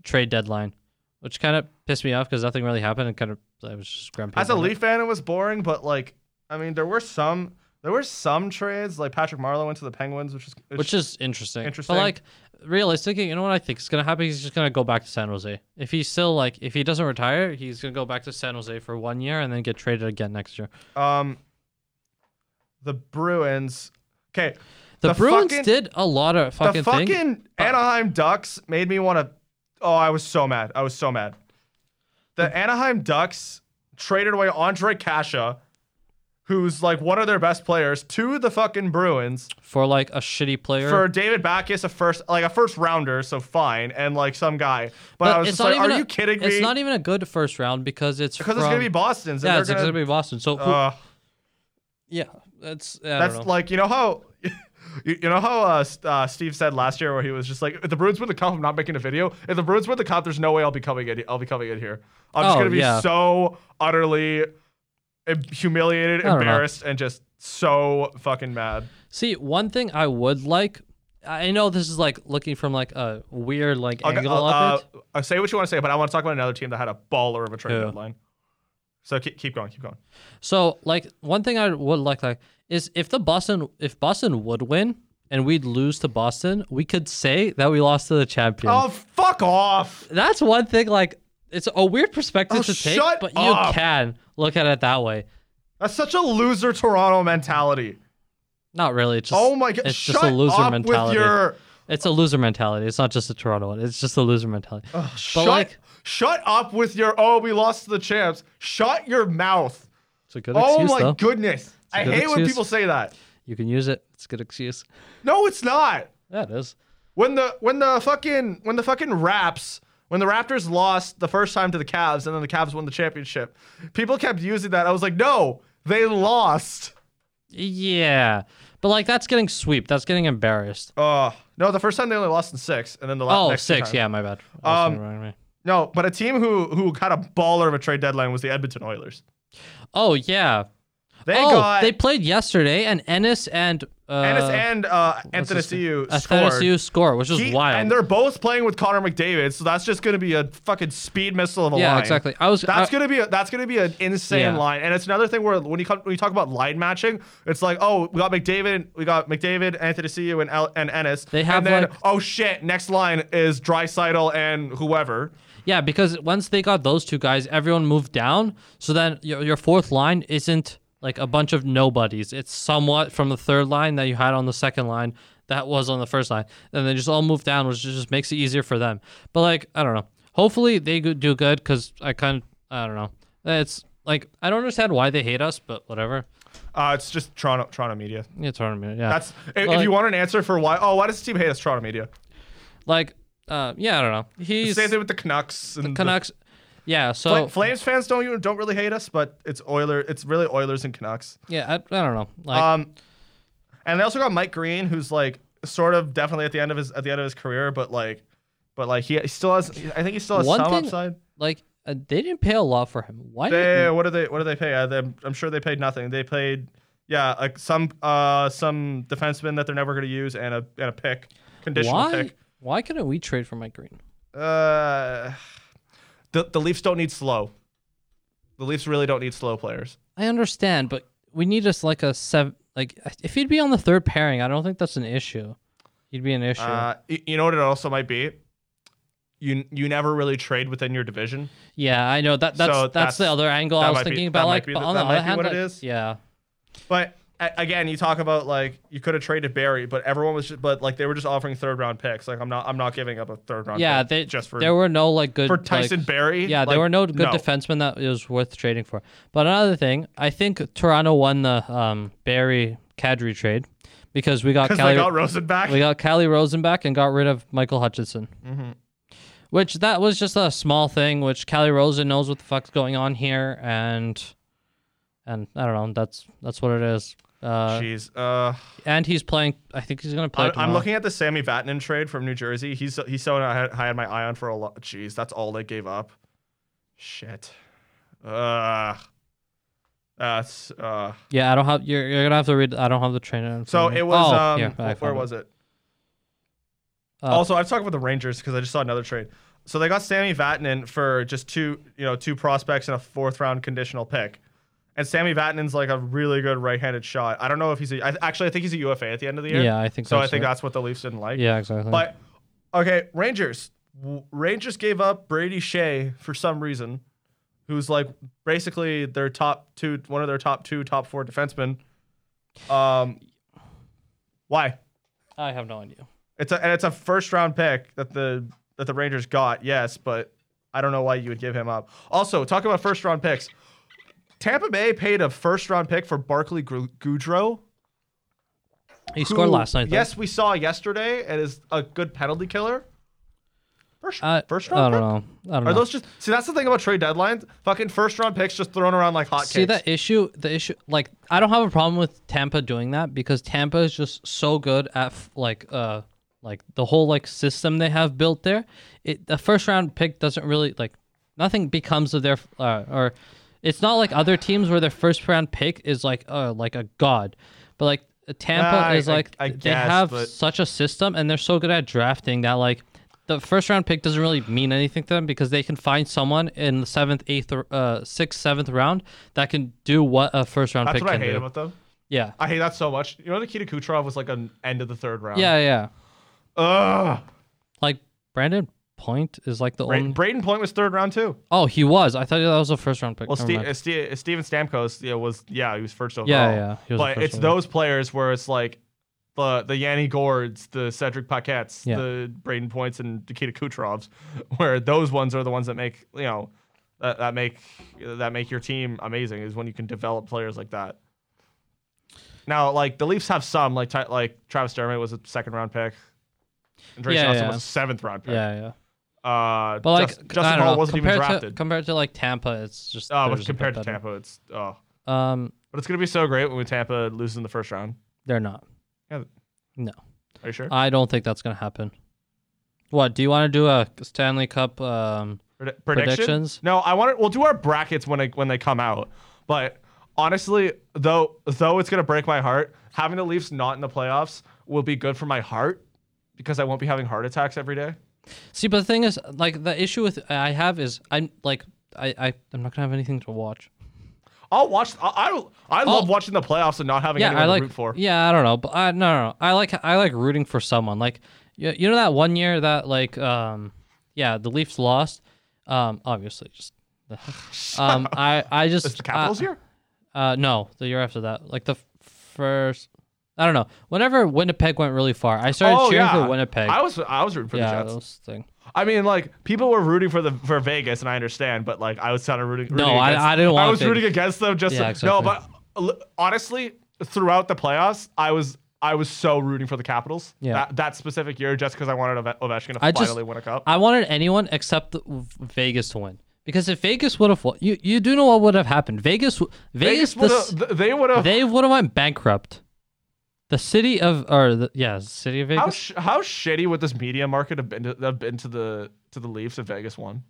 B: trade deadline, which kind of pissed me off because nothing really happened and kind of I was just grumpy.
A: as a
B: about it.
A: Leaf fan, it was boring. But like I mean, there were some there were some trades like Patrick Marlowe went to the Penguins, which is
B: which is interesting.
A: Interesting.
B: But like realistically, you know what I think is gonna happen? He's just gonna go back to San Jose. If he's still like if he doesn't retire, he's gonna go back to San Jose for one year and then get traded again next year.
A: um the Bruins. Okay,
B: The,
A: The
B: Bruins
A: fucking-
B: did a lot of fucking,
A: the fucking
B: things.
A: Anaheim Ducks made me want to. Oh, I was so mad. I was so mad.
B: Mm.
A: The Anaheim Ducks traded away Andre Kasha, who's like one of their best players, to the fucking Bruins
B: for like a shitty player.
A: for David Backus, a first like a first rounder, so fine, and like some guy. But, I was just like,
B: even
A: are
B: a-
A: you kidding me?
B: It's not even a good first round because it's
A: because
B: from,
A: it's gonna be Boston's.
B: yeah,
A: and
B: it's
A: they're
B: gonna,
A: gonna,
B: be Boston. So who,
A: Ugh.
B: yeah, that's I
A: That's
B: don't know.
A: like you know how. You, you know how uh, S- uh, Steve said last year, where he was just like, "If the Bruins win the cup, I'm not making a video. If the Bruins win the cup, there's no way I'll be coming in. I'll be coming in here. I'm just
B: Oh,
A: gonna be
B: yeah.
A: so utterly em- humiliated,
B: don't know.
A: embarrassed, and just so fucking mad."
B: see one thing I would like. I know this is like looking from like a weird like
A: I'll,
B: angle
A: I'll,
B: of
A: uh, I'll say what you want to say, but I want to talk about another team that had a baller of a trade
B: Who?
A: deadline. So keep, keep going, keep going.
B: it. So like one thing I would like like is if the Boston if Boston would win and we'd lose to Boston, we could say that we lost to the champion.
A: Oh, fuck off!
B: that's one thing like it's a weird perspective
A: Oh,
B: to take,
A: shut
B: but
A: up.
B: you can look at it that way.
A: That's such a loser Toronto mentality.
B: Not really. It's just,
A: Oh my god!
B: It's
A: Shut
B: just a loser
A: up
B: mentality.
A: with your.
B: It's a loser mentality. It's not just a Toronto one. It's just a loser mentality.
A: Oh, shut,
B: like-
A: shut up with your oh we lost to the champs. Shut your mouth.
B: it's a good
A: Oh
B: excuse
A: my
B: though.
A: goodness. I
B: good
A: hate when
B: excuse.
A: people say that.
B: You can use it. It's a good excuse.
A: No, it's not.
B: Yeah, it is.
A: When the when the fucking when the fucking Raps when the Raptors lost the first time to the Cavs and then the Cavs won the championship, people kept using that. I was like, no, they lost.
B: Yeah, but like that's getting sweep. That's getting embarrassed.
A: Uh no, the first time they only lost in six, and then the la-
B: Oh,
A: next two
B: six.
A: times.
B: Yeah, my bad. I was
A: Um,
B: wrong way.
A: No, but a team who who had a baller of a trade deadline was the Edmonton Oilers.
B: oh yeah.
A: They
B: oh,
A: got
B: they played yesterday, and Ennis and uh,
A: Ennis and uh, Anthony
B: his name?
A: Siu scored.
B: Athanasiu score, which is
A: He-
B: wild.
A: And they're both playing with Connor McDavid, so that's just going to be a fucking speed missile of a
B: yeah,
A: line.
B: exactly. I was.
A: That's
B: I-
A: gonna be a, that's gonna be an insane
B: Yeah.
A: line, and it's another thing where when you come, when you talk about line matching, it's like oh we got McDavid, we got McDavid, Anthony DeCu, and El- and Ennis.
B: They have,
A: and then
B: like-
A: oh shit, next line is Drysital and whoever.
B: Yeah, because once they got those two guys, everyone moved down. So then your, your fourth line isn't like a bunch of nobodies. It's somewhat from the third line that you had on the second line that was on the first line. And they just all moved down, which just makes it easier for them. But like, I don't know. Hopefully they go- do good because I kind of, I don't know. It's like, I don't understand why they hate us, but whatever.
A: Uh, it's just Toronto Toronto media.
B: Yeah, tournament. Yeah,
A: That's if, if
B: Like-
A: you want an answer for why. Oh, why does the team hate us? Toronto media.
B: like, uh, yeah, I don't know. He's
A: Same thing with the Canucks and the
B: Canucks. Yeah, so
A: Fla- Flames fans don't even- don't really hate us, but it's Oiler. It's really Oilers and Canucks.
B: yeah, I, I don't know. Like,
A: Um, and they also got Mike Green, who's like sort of definitely at the end of his at the end of his career, but like, but like he, he still has. I think he still has
B: One
A: some
B: thing-
A: upside.
B: like uh, they didn't pay a lot for him. Why?
A: They
B: did
A: what did they what did they pay? I, I'm, I'm sure they paid nothing. They paid yeah like some uh some defenseman that they're never going to use and a and a pick conditional
B: why?
A: pick.
B: Why couldn't we trade for Mike Green?
A: Uh, the the Leafs don't need slow. The Leafs really don't need slow players.
B: I understand, but we need us like a seven. Like if he'd be on the third pairing, I don't think that's an issue. He'd be an issue.
A: Uh, y- you know what it also might be. You you never really trade within your division.
B: yeah, I know that. That's
A: so
B: that's, the
A: that's-
B: other angle I
A: that
B: was
A: might be-
B: thinking
A: that
B: about.
A: might
B: Like,
A: be
B: but
A: the-
B: on
A: that
B: the
A: might
B: other
A: be
B: hand,
A: what it
B: like,
A: is.
B: yeah,
A: But a- again, you talk about like you could have traded Barry, but everyone was just, but like they were just offering third round picks. Like I'm not I'm not giving up a third round.
B: yeah.
A: pick
B: They,
A: just for
B: there were no like good
A: for
B: like-
A: Tyson Barry.
B: Yeah, there
A: Like,
B: were no good defensemen that it was worth trading for. But another thing, I think Toronto won the um, Barry Kadri trade because we got
A: because they
B: Cali,
A: got Rosen back.
B: we got Cali Rosenback and got rid of Michael Hutchinson.
A: Mm-hmm.
B: Which that was just a small thing. Which Cali Rosen knows what the fuck's going on here, and and I don't know. That's that's what it is. Uh,
A: Jeez, uh,
B: and he's playing. I think he's gonna play.
A: I, I'm
B: tomorrow.
A: looking at the Sammy Vatanen trade from New Jersey. He's he's someone I had, I had my eye on for a lot. Jeez, that's all they gave up. Shit. Ugh. That's uh.
B: Yeah, I don't have. You're, you're gonna have to read. I don't have the trainer.
A: So it was
B: Oh,
A: um.
B: here, I
A: wh- where
B: found it.
A: was it?
B: Uh,
A: also, I've talked about the Rangers because I just saw another trade. So they got Sammy Vatanen for just two, you know, two prospects and a fourth round conditional pick. And Sammy Vatanen's like a really good right-handed shot. I don't know if he's a, I, actually I think he's a UFA at the end of the year.
B: Yeah, I think
A: so. I
B: that's
A: think
B: right.
A: that's what the Leafs didn't like.
B: Yeah, exactly.
A: But okay, Rangers. W- Rangers gave up Brady Shea for some reason, who's like basically their top two, one of their top two, top four defensemen. Um, why?
B: I have no idea.
A: It's a and it's a first round pick that the that the Rangers got, yes, but I don't know why you would give him up. Also, talk about first round picks. Tampa Bay paid a first round pick for Barclay Gru- Goudreau.
B: He
A: who,
B: scored last night. though.
A: Yes, we saw yesterday, and is a good penalty killer. First,
B: I,
A: first
B: Uh, I
A: round. pick?
B: don't know. I don't
A: Are
B: know.
A: those just see? That's the thing about trade deadlines. Fucking first round picks just thrown around like hotcakes.
B: See that issue? The issue, like, I don't have a problem with Tampa doing that because Tampa is just so good at f- like, uh, like the whole like system they have built there. It the first round pick doesn't really like nothing becomes of their uh, or it's not like other teams where their first round pick is like uh like a god, but like Tampa
A: Ah, I-
B: is
A: I-
B: like
A: I
B: they
A: guess,
B: have
A: but-
B: such a system and they're so good at drafting that like the first round pick doesn't really mean anything to them because they can find someone in the seventh, eighth, or, uh, sixth, seventh round that can do what a first round
A: That's
B: pick
A: what I
B: can
A: hate
B: do.
A: about Um, them.
B: yeah,
A: I hate that so much. You know, Nikita Kucherov was like an end of the third round.
B: yeah, yeah.
A: Ugh.
B: Like Brandon Point is like the
A: Bra-
B: only.
A: Braden Point was third round too.
B: Oh, he was. I thought that was a first round pick.
A: Well,
B: Never
A: Ste-
B: mind.
A: uh, Ste- uh, Steven Stamkos yeah, was yeah he was first overall.
B: Yeah, yeah, he was the
A: but
B: first
A: it's
B: overall.
A: those players where it's like the the Yanni Gords, the Cedric Paquettes,
B: Yeah.
A: the Braden Points, and Nikita Kucherovs, where those ones are the ones that make you know that, that make that make your team amazing is when you can develop players like that. Now, like the Leafs have some like Ty- like Travis Dermott was a second round pick, and Drayson
B: Yeah,
A: Austin
B: yeah.
A: was a seventh round pick.
B: yeah, yeah.
A: Uh,
B: But like,
A: Just-
B: I
A: Justin
B: don't
A: Hall
B: know.
A: wasn't even
B: compared
A: drafted.
B: to compared to like Tampa, it's just.
A: Oh,
B: they're
A: but
B: just a bit
A: compared to
B: better.
A: Tampa, it's oh.
B: um,
A: But it's gonna be so great when Tampa loses in the first round.
B: they're not.
A: Yeah.
B: No.
A: Are you sure?
B: I don't think that's gonna happen. What do you want to do a Stanley Cup? Um,
A: Pred- prediction?
B: predictions?
A: No, I want to. We'll do our brackets when I, when they come out. But honestly, though though it's gonna break my heart. Having the Leafs not in the playoffs will be good for my heart because I won't be having heart attacks every day.
B: See, but the thing is, like, the issue with I have is I'm like I, I I'm not gonna have anything to watch.
A: I'll watch. I I, I love watching the playoffs and not having
B: Oh. Yeah,
A: anyone
B: I like.
A: to root for.
B: Yeah, I don't know, but I no, no, no. I like I like rooting for someone. Like you, you know that one year that like um yeah the Leafs lost um obviously just um I I just
A: It's the Capitals
B: I-
A: here.
B: Uh, no, the year after that, like the f- first. I don't know. Whenever Winnipeg went really far, I started
A: Oh
B: cheering
A: yeah,
B: for Winnipeg.
A: I was I was rooting for
B: yeah,
A: the
B: that
A: Jets.
B: was the thing.
A: I mean, like people were rooting for the for Vegas, and I understand, but like I was kind of rooting. rooting
B: I-
A: against,
B: I didn't want
A: I was
B: Vegas.
A: rooting against them. Just
B: Yeah,
A: no,
B: exactly.
A: but l- honestly, throughout the playoffs, I was I was so rooting for the Capitals.
B: Yeah.
A: That, that specific year, just because I wanted Ove- Ovechkin to
B: I
A: finally
B: just-
A: win a cup.
B: I wanted anyone except the- Vegas to win because if Vegas would have won, you you do know what would have happened. Vegas, w- Vegas,
A: Vegas
B: the
A: would've-
B: s-
A: th- they would have.
B: they would have went bankrupt. The city of or the, yeah, city of
A: How
B: Vegas.
A: sh- how shitty would this media market have been to, have been to the to the Leafs if Vegas won?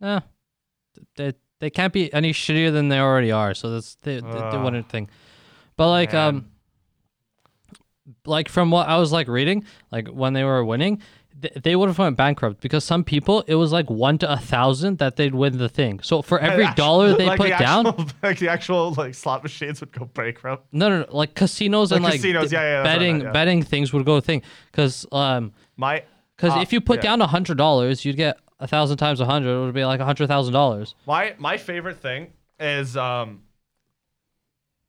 B: Eh, they they can't be any shittier than they already are. So that's the the, the
A: Ugh.
B: one thing. But like
A: Man.
B: um, like from what I was like reading, like when they were winning, th- they would have went bankrupt because some people it was like one to a thousand that they'd win the thing. So for every
A: Actu-
B: dollar they
A: like
B: put
A: the
B: down,
A: actual- like the actual like slot machines would go bankrupt.
B: No, no, no, like casinos and like
A: casinos,
B: d-
A: yeah, yeah, that's what I
B: betting,
A: meant, yeah.
B: betting things would go thing because um
A: My
B: because
A: Ah,
B: if you put
A: yeah.
B: down a hundred dollars, you'd get a thousand times a hundred. It would be like a hundred thousand dollars.
A: My my favorite thing is um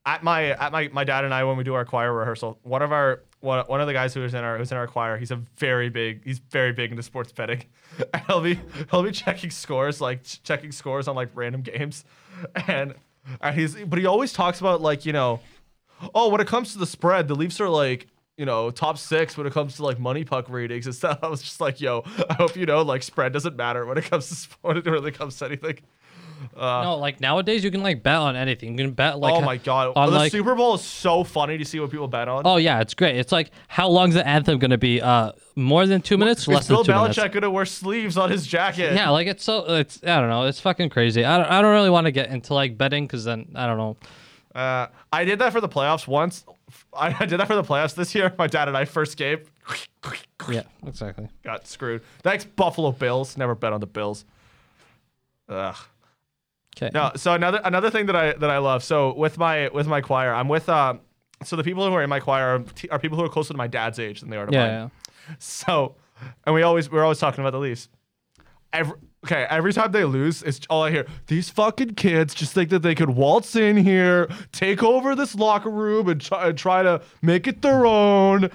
A: at my at my my dad and I when we do our choir rehearsal, one of our one, one of the guys who was in our who's in our choir, he's a very big he's very big into sports betting. And he'll be he'll be checking scores like ch- checking scores on like random games, and and he's but he always talks about like you know, oh when it comes to the spread, the Leafs are like. You know, top six when it comes to like money puck ratings and stuff. I was just like, "Yo, I hope you know, like spread doesn't matter when it comes to sport. It really comes to anything."
B: no, like nowadays you can like bet on anything. You can bet like
A: Uh. oh my god!
B: on
A: the
B: like
A: Super Bowl is so funny to see what people bet on.
B: oh yeah, it's great. It's like how long's the anthem gonna be? Uh, more than two minutes,
A: Is
B: less
A: Bill
B: than two
A: Belichick
B: minutes.
A: gonna wear sleeves on his jacket?
B: Yeah, like it's so it's I don't know. It's fucking crazy. I don't, I don't really want to get into like betting because then I don't know.
A: Uh, I did that for the playoffs once. I, I did that for the playoffs this year. My dad and I first game
B: Yeah, exactly.
A: got screwed. Thanks Buffalo Bills. Never bet on the Bills. Ugh.
B: Okay.
A: No. So another another thing that I that I love. So with my with my choir, I'm with um. So the people who are in my choir are, t- are people who are closer to my dad's age than they are to
B: Yeah,
A: mine.
B: yeah.
A: So, and we always we're always talking about the Leafs. Every, okay, every time they lose, it's all I hear. These fucking kids just think that they could waltz in here, take over this locker room, and try, and try to make it their own.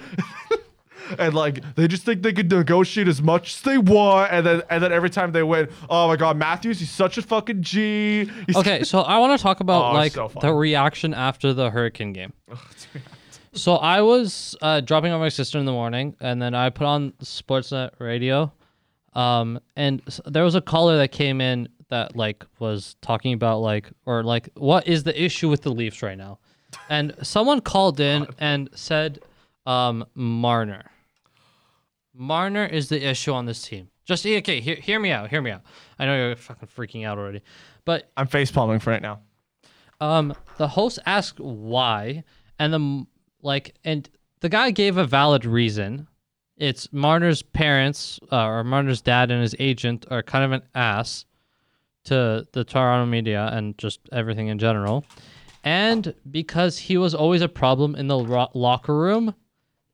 A: and like they just think they could negotiate as much as they want. And then and then every time they win, oh my god, Matthews, he's such a fucking G. He's-
B: Okay, so I want to talk about
A: Oh,
B: like
A: so Oh,
B: the
A: fun.
B: reaction after the hurricane game. so I was uh, dropping off my sister in the morning, and then I put on Sportsnet radio, um, and s- there was a caller that came in that like was talking about like or like what is the issue with the Leafs right now, and someone called in and said, um, Marner. Marner is the issue on this team. Just okay, hear, hear me out. Hear me out. I know you're fucking freaking out already, but
A: I'm face palming for right now.
B: um, the host asked why, and the like, and the guy gave a valid reason. It's Marner's parents, uh, or Marner's dad and his agent are kind of an ass to the Toronto media and just everything in general, and because he was always a problem in the ro- locker room,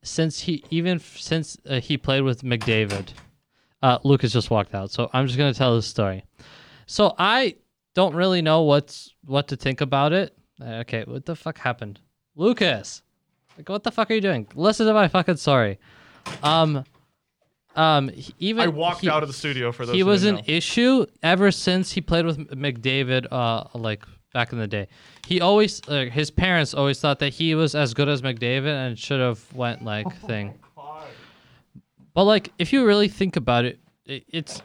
B: since he even f- since uh, he played with McDavid. Uh, Lucas just walked out, so I'm just gonna tell this story. So I don't really know what's what to think about it. Uh, Okay, what the fuck happened, Lucas? Like, what the fuck are you doing? Listen to my fucking story. Um, um, he- even
A: I walked
B: he-
A: out of the studio for those.
B: he
A: who
B: was
A: didn't
B: an
A: know.
B: issue ever since he played with M- McDavid, uh, like back in the day. He always, uh, his parents always thought that he was as good as McDavid and should have went like thing. But like, if you really think about it, it it's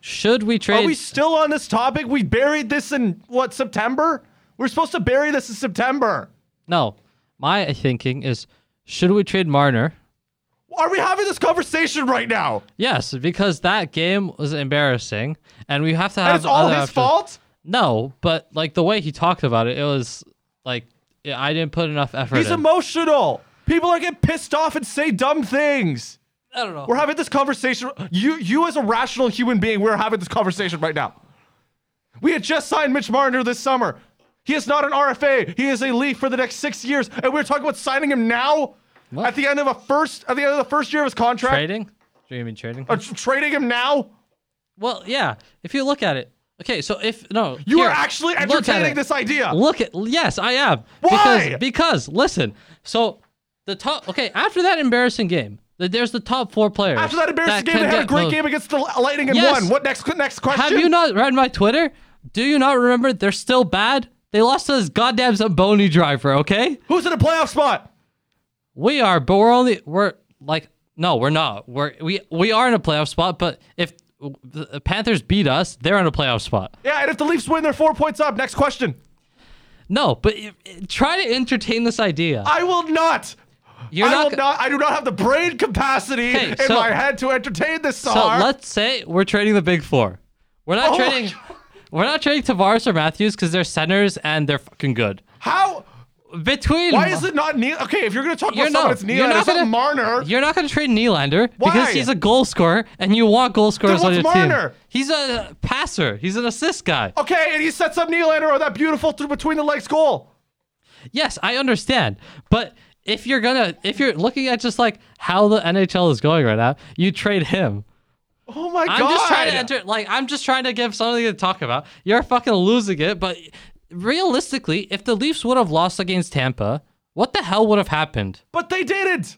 B: should we trade?
A: Are we still on this topic? We buried this in what September? We're supposed to bury this in September.
B: no, my thinking is should we trade Marner?
A: Are we having this conversation right now?
B: Yes, because that game was embarrassing, and we have to have.
A: And it's all
B: other
A: his
B: options.
A: fault.
B: No, but like the way he talked about it, it was like I didn't put enough effort.
A: He's
B: in.
A: emotional. People are getting pissed off and say dumb things.
B: I don't know.
A: We're having this conversation. You, you as a rational human being, we're having this conversation right now. We had just signed Mitch Marner this summer. He is not an RFA. He is a Leaf for the next six years, and we're talking about signing him now,
B: What?
A: at the end of a first, at the end of the first year of his contract,
B: trading? Do you mean trading?
A: Uh, tr- trading him now.
B: well, yeah. If you look at it, okay. So if no,
A: You
B: here,
A: are actually
B: look at
A: entertaining
B: it.
A: this idea.
B: Look at yes, I am.
A: Why?
B: Because because listen. So the top. Okay, after that embarrassing game, th- there's the top four players.
A: After that embarrassing game,
B: can
A: they had a
B: get
A: great
B: voted.
A: game against the Lightning and
B: Yes.
A: won. What next? Next question.
B: Have you not read my Twitter? Do you not remember? They're still bad. They lost to this goddamn Zamboni driver, okay?
A: Who's in a playoff spot?
B: We are, but we're only we're like no, we're not. We're we we are in a playoff spot, but if the Panthers beat us, they're in a playoff spot.
A: Yeah, and if the Leafs win, they're four points up. Next question.
B: No, but i- i- try to entertain this idea.
A: I will not.
B: You're
A: I
B: not
A: will
B: go-
A: not. I do not have the brain capacity
B: Okay,
A: in
B: so-
A: my head to entertain this
B: so
A: song.
B: let's say we're trading the big four. We're not
A: Oh my
B: trading. We're not trading Tavares or Matthews because they're centers and they're fucking good.
A: How?
B: Between
A: Why is it not Neil? Okay, if you're gonna talk
B: You're
A: about someone,
B: no-
A: it's Neil.
B: you're
A: and
B: not
A: It's not
B: gonna-
A: Marner.
B: You're not going to trade Nylander
A: Why?
B: because he's a goal scorer, and you want goal scorers on
A: what's
B: your
A: Marner?
B: team. He's a passer. He's an assist guy.
A: Okay, and he sets up Nylander with that beautiful through between the legs goal.
B: Yes, I understand, but if you're gonna, if you're looking at just like how the NHL is going right now, you trade him.
A: Oh my
B: I'm
A: god!
B: just trying to enter. Like I'm just trying to give something to talk about. You're fucking losing it, but realistically, if the Leafs would have lost against Tampa, what the hell would have happened?
A: But they didn't.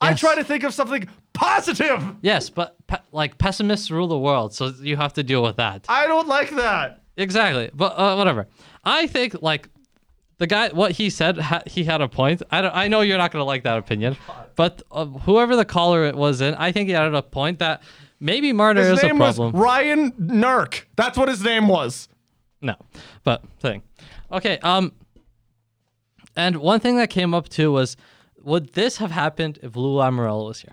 A: I
B: Yes.
A: try to think of something positive.
B: Yes, but pe- like pessimists rule the world, so you have to deal with that.
A: I don't like that.
B: Exactly, but uh, whatever. I think like the guy, what he said, ha- he had a point. I don't, I know you're not gonna like that opinion, but uh, whoever the caller it was in, I think he added a point that maybe Marner
A: His
B: is a
A: name was
B: problem.
A: Ryan Nurk. That's what his name was.
B: no, but thing. Okay. Um. And one thing that came up too was, would this have happened if Lou Lamorello was here?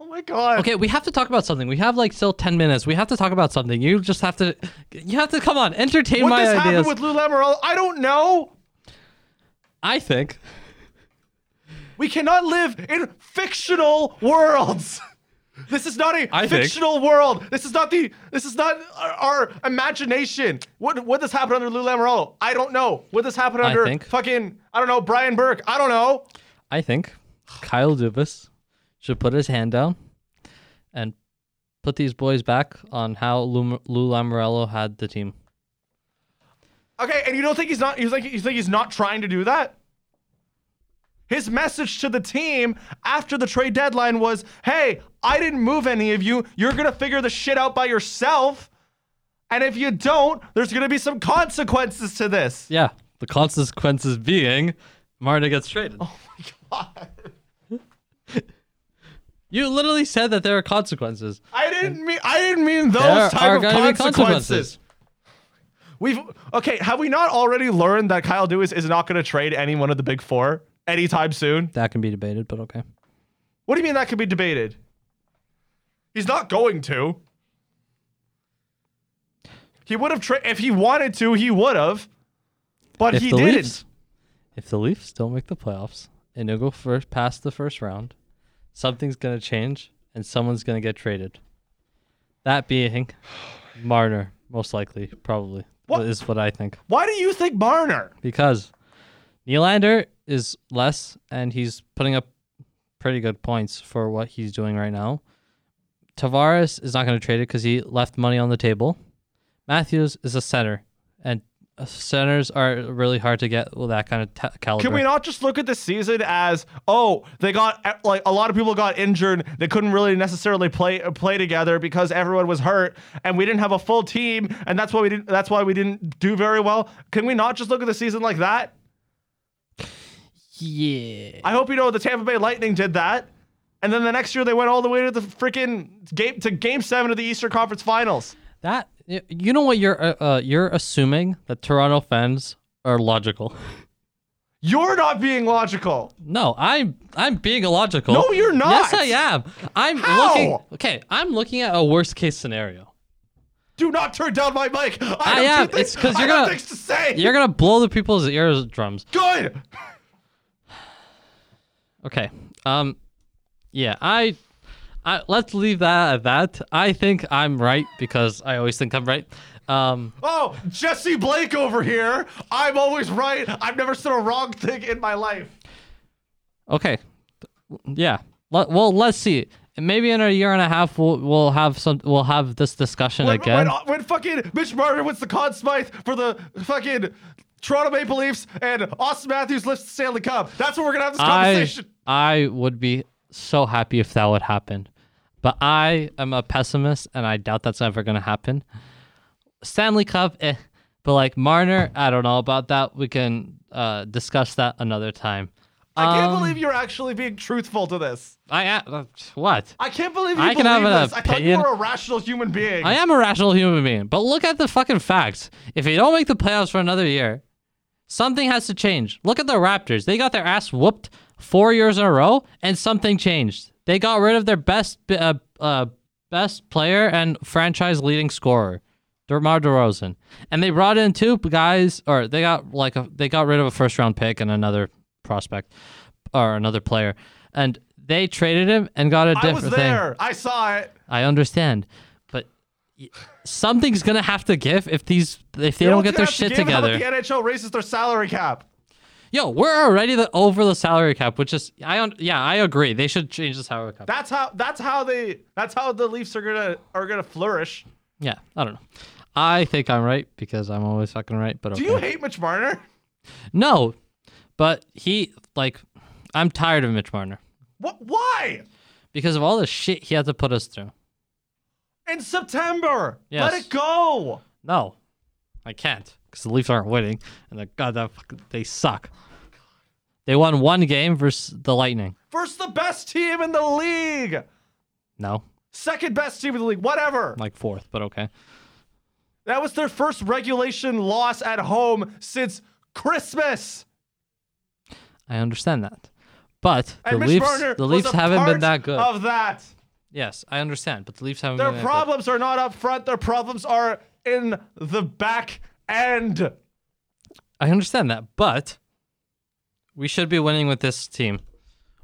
A: Oh my god.
B: Okay, we have to talk about something. We have like still ten minutes. We have to talk about something. You just have to, you have to come on, entertain
A: What
B: my
A: this happened
B: ideas.
A: with Lou Lamoriello? I don't know.
B: I think
A: We cannot live in fictional worlds. This is not a
B: I think-
A: fictional world. This is not the. This is not our, our imagination. Would would this happen under Lou Lamoriello? I don't know. Would this happen under
B: think-
A: fucking I don't know Brian Burke? I don't know.
B: I think Kyle Dubas should put his hand down and put these boys back on how Lou, Lou Lamorello had the team.
A: Okay, and you don't think he's not? He's like you think he's not trying to do that? His message to the team after the trade deadline was, "Hey, I didn't move any of you. You're gonna figure the shit out by yourself, and if you don't, there's gonna be some consequences to this."
B: Yeah, the consequences being Marta gets traded. You literally said that there are consequences.
A: I didn't mean I didn't mean those
B: There
A: type
B: are
A: of
B: gonna be
A: consequences.
B: consequences.
A: We've okay. Have we not already learned that Kyle Dewis is not gonna trade any one of the big four anytime soon?
B: That can be debated, but okay.
A: What do you mean that could be debated? He's not going to. He would have tra- if he wanted to, he would have. But he didn't.
B: Leafs, if the Leafs don't make the playoffs and they go first past the first round, something's gonna change and someone's gonna get traded. That being Marner, most likely, probably
A: What?
B: is what I think.
A: Why do you think Marner?
B: because Nylander is less and he's putting up pretty good points for what he's doing right now. Tavares is not going to trade it because he left money on the table. Matthews is a center, and uh, centers are really hard to get with that kind of ta caliber.
A: Can we not just look at this season as oh they got like a lot of people got injured they couldn't really necessarily play play together because everyone was hurt and we didn't have a full team and that's why we didn't that's why we didn't do very well. Can we not just look at the season like that?
B: yeah.
A: I hope you know the Tampa Bay Lightning did that. And then the next year they went all the way to the freaking game to game seven of the Eastern Conference Finals.
B: That y- you know what you're uh, uh, you're assuming that Toronto fans are logical.
A: You're not being logical.
B: No, I'm I'm being illogical.
A: No, you're not.
B: Yes, I am. I'm
A: How?
B: looking. Okay, I'm looking at a worst case scenario.
A: Do not turn down my mic. I,
B: I
A: have two
B: am.
A: things-
B: It's 'cause
A: I
B: you're
A: have
B: gonna-
A: things to say.
B: You're gonna blow the people's eardrums.
A: good.
B: Okay. Um. Yeah. I. I let's leave that at that. I think I'm right because I always think I'm right. Um.
A: Oh, Jesse Blake over here. I'm always right. I've never said a wrong thing in my life.
B: Okay. Yeah. Let, well, let's see. Maybe in a year and a half, we'll we'll have some. We'll have this discussion
A: When,
B: again.
A: when, when fucking Mitch Marner wins the Conn Smythe for the fucking Toronto Maple Leafs and Austin Matthews lifts the Stanley Cup, that's when we're gonna have this
B: I
A: conversation.
B: I would be so happy if that would happen. But I am a pessimist, and I doubt that's ever going to happen. Stanley Cup, eh. But like Marner, I don't know about that. We can uh, discuss that another time.
A: I can't
B: Um,
A: believe you're actually being truthful to this.
B: I a- uh, what?
A: I can't believe you
B: I can
A: believe
B: have an
A: this. I thought you
B: opinion.
A: were a rational human being.
B: I am a rational human being, but look at the fucking facts. If you don't make the playoffs for another year, something has to change. Look at the Raptors. They got their ass whooped four years in a row, and something changed. They got rid of their best uh, uh, best player and franchise leading scorer, DeMar DeRozan, and they brought in two guys, or they got like a, they got rid of a first round pick and another prospect or another player, and they traded him and got a
A: I
B: different
A: was
B: thing.
A: there. I saw it.
B: I understand, but y- something's gonna have to give if these if they don't get their shit together.
A: The NHL raises their salary cap.
B: Yo, we're already the, over the salary cap, which is I un- yeah I agree they should change the salary cap.
A: That's how. That's how they. That's how the Leafs are gonna are gonna flourish.
B: yeah, I don't know. I think I'm right because I'm always fucking right. But okay.
A: Do you hate Mitch Marner?
B: no, but he like I'm tired of Mitch Marner
A: What? Why?
B: because of all the shit he had to put us through.
A: In September.
B: Yes.
A: Let it go.
B: No, I can't because the Leafs aren't winning, and the goddamn fucking, they suck. They won one game versus the Lightning.
A: Versus the best team in the league.
B: No,
A: Second best team in the league. Whatever.
B: like fourth, but okay.
A: That was their first regulation loss at home since Christmas.
B: I understand that. But the
A: And Mitch
B: Leafs,
A: Marner
B: the
A: was
B: Leafs
A: a
B: haven't
A: part
B: been that good.
A: Of that.
B: yes, I understand, but the Leafs haven't
A: Their
B: been
A: problems are not up front. Their problems are in the back end.
B: that good. I understand that, but we should be winning with this team.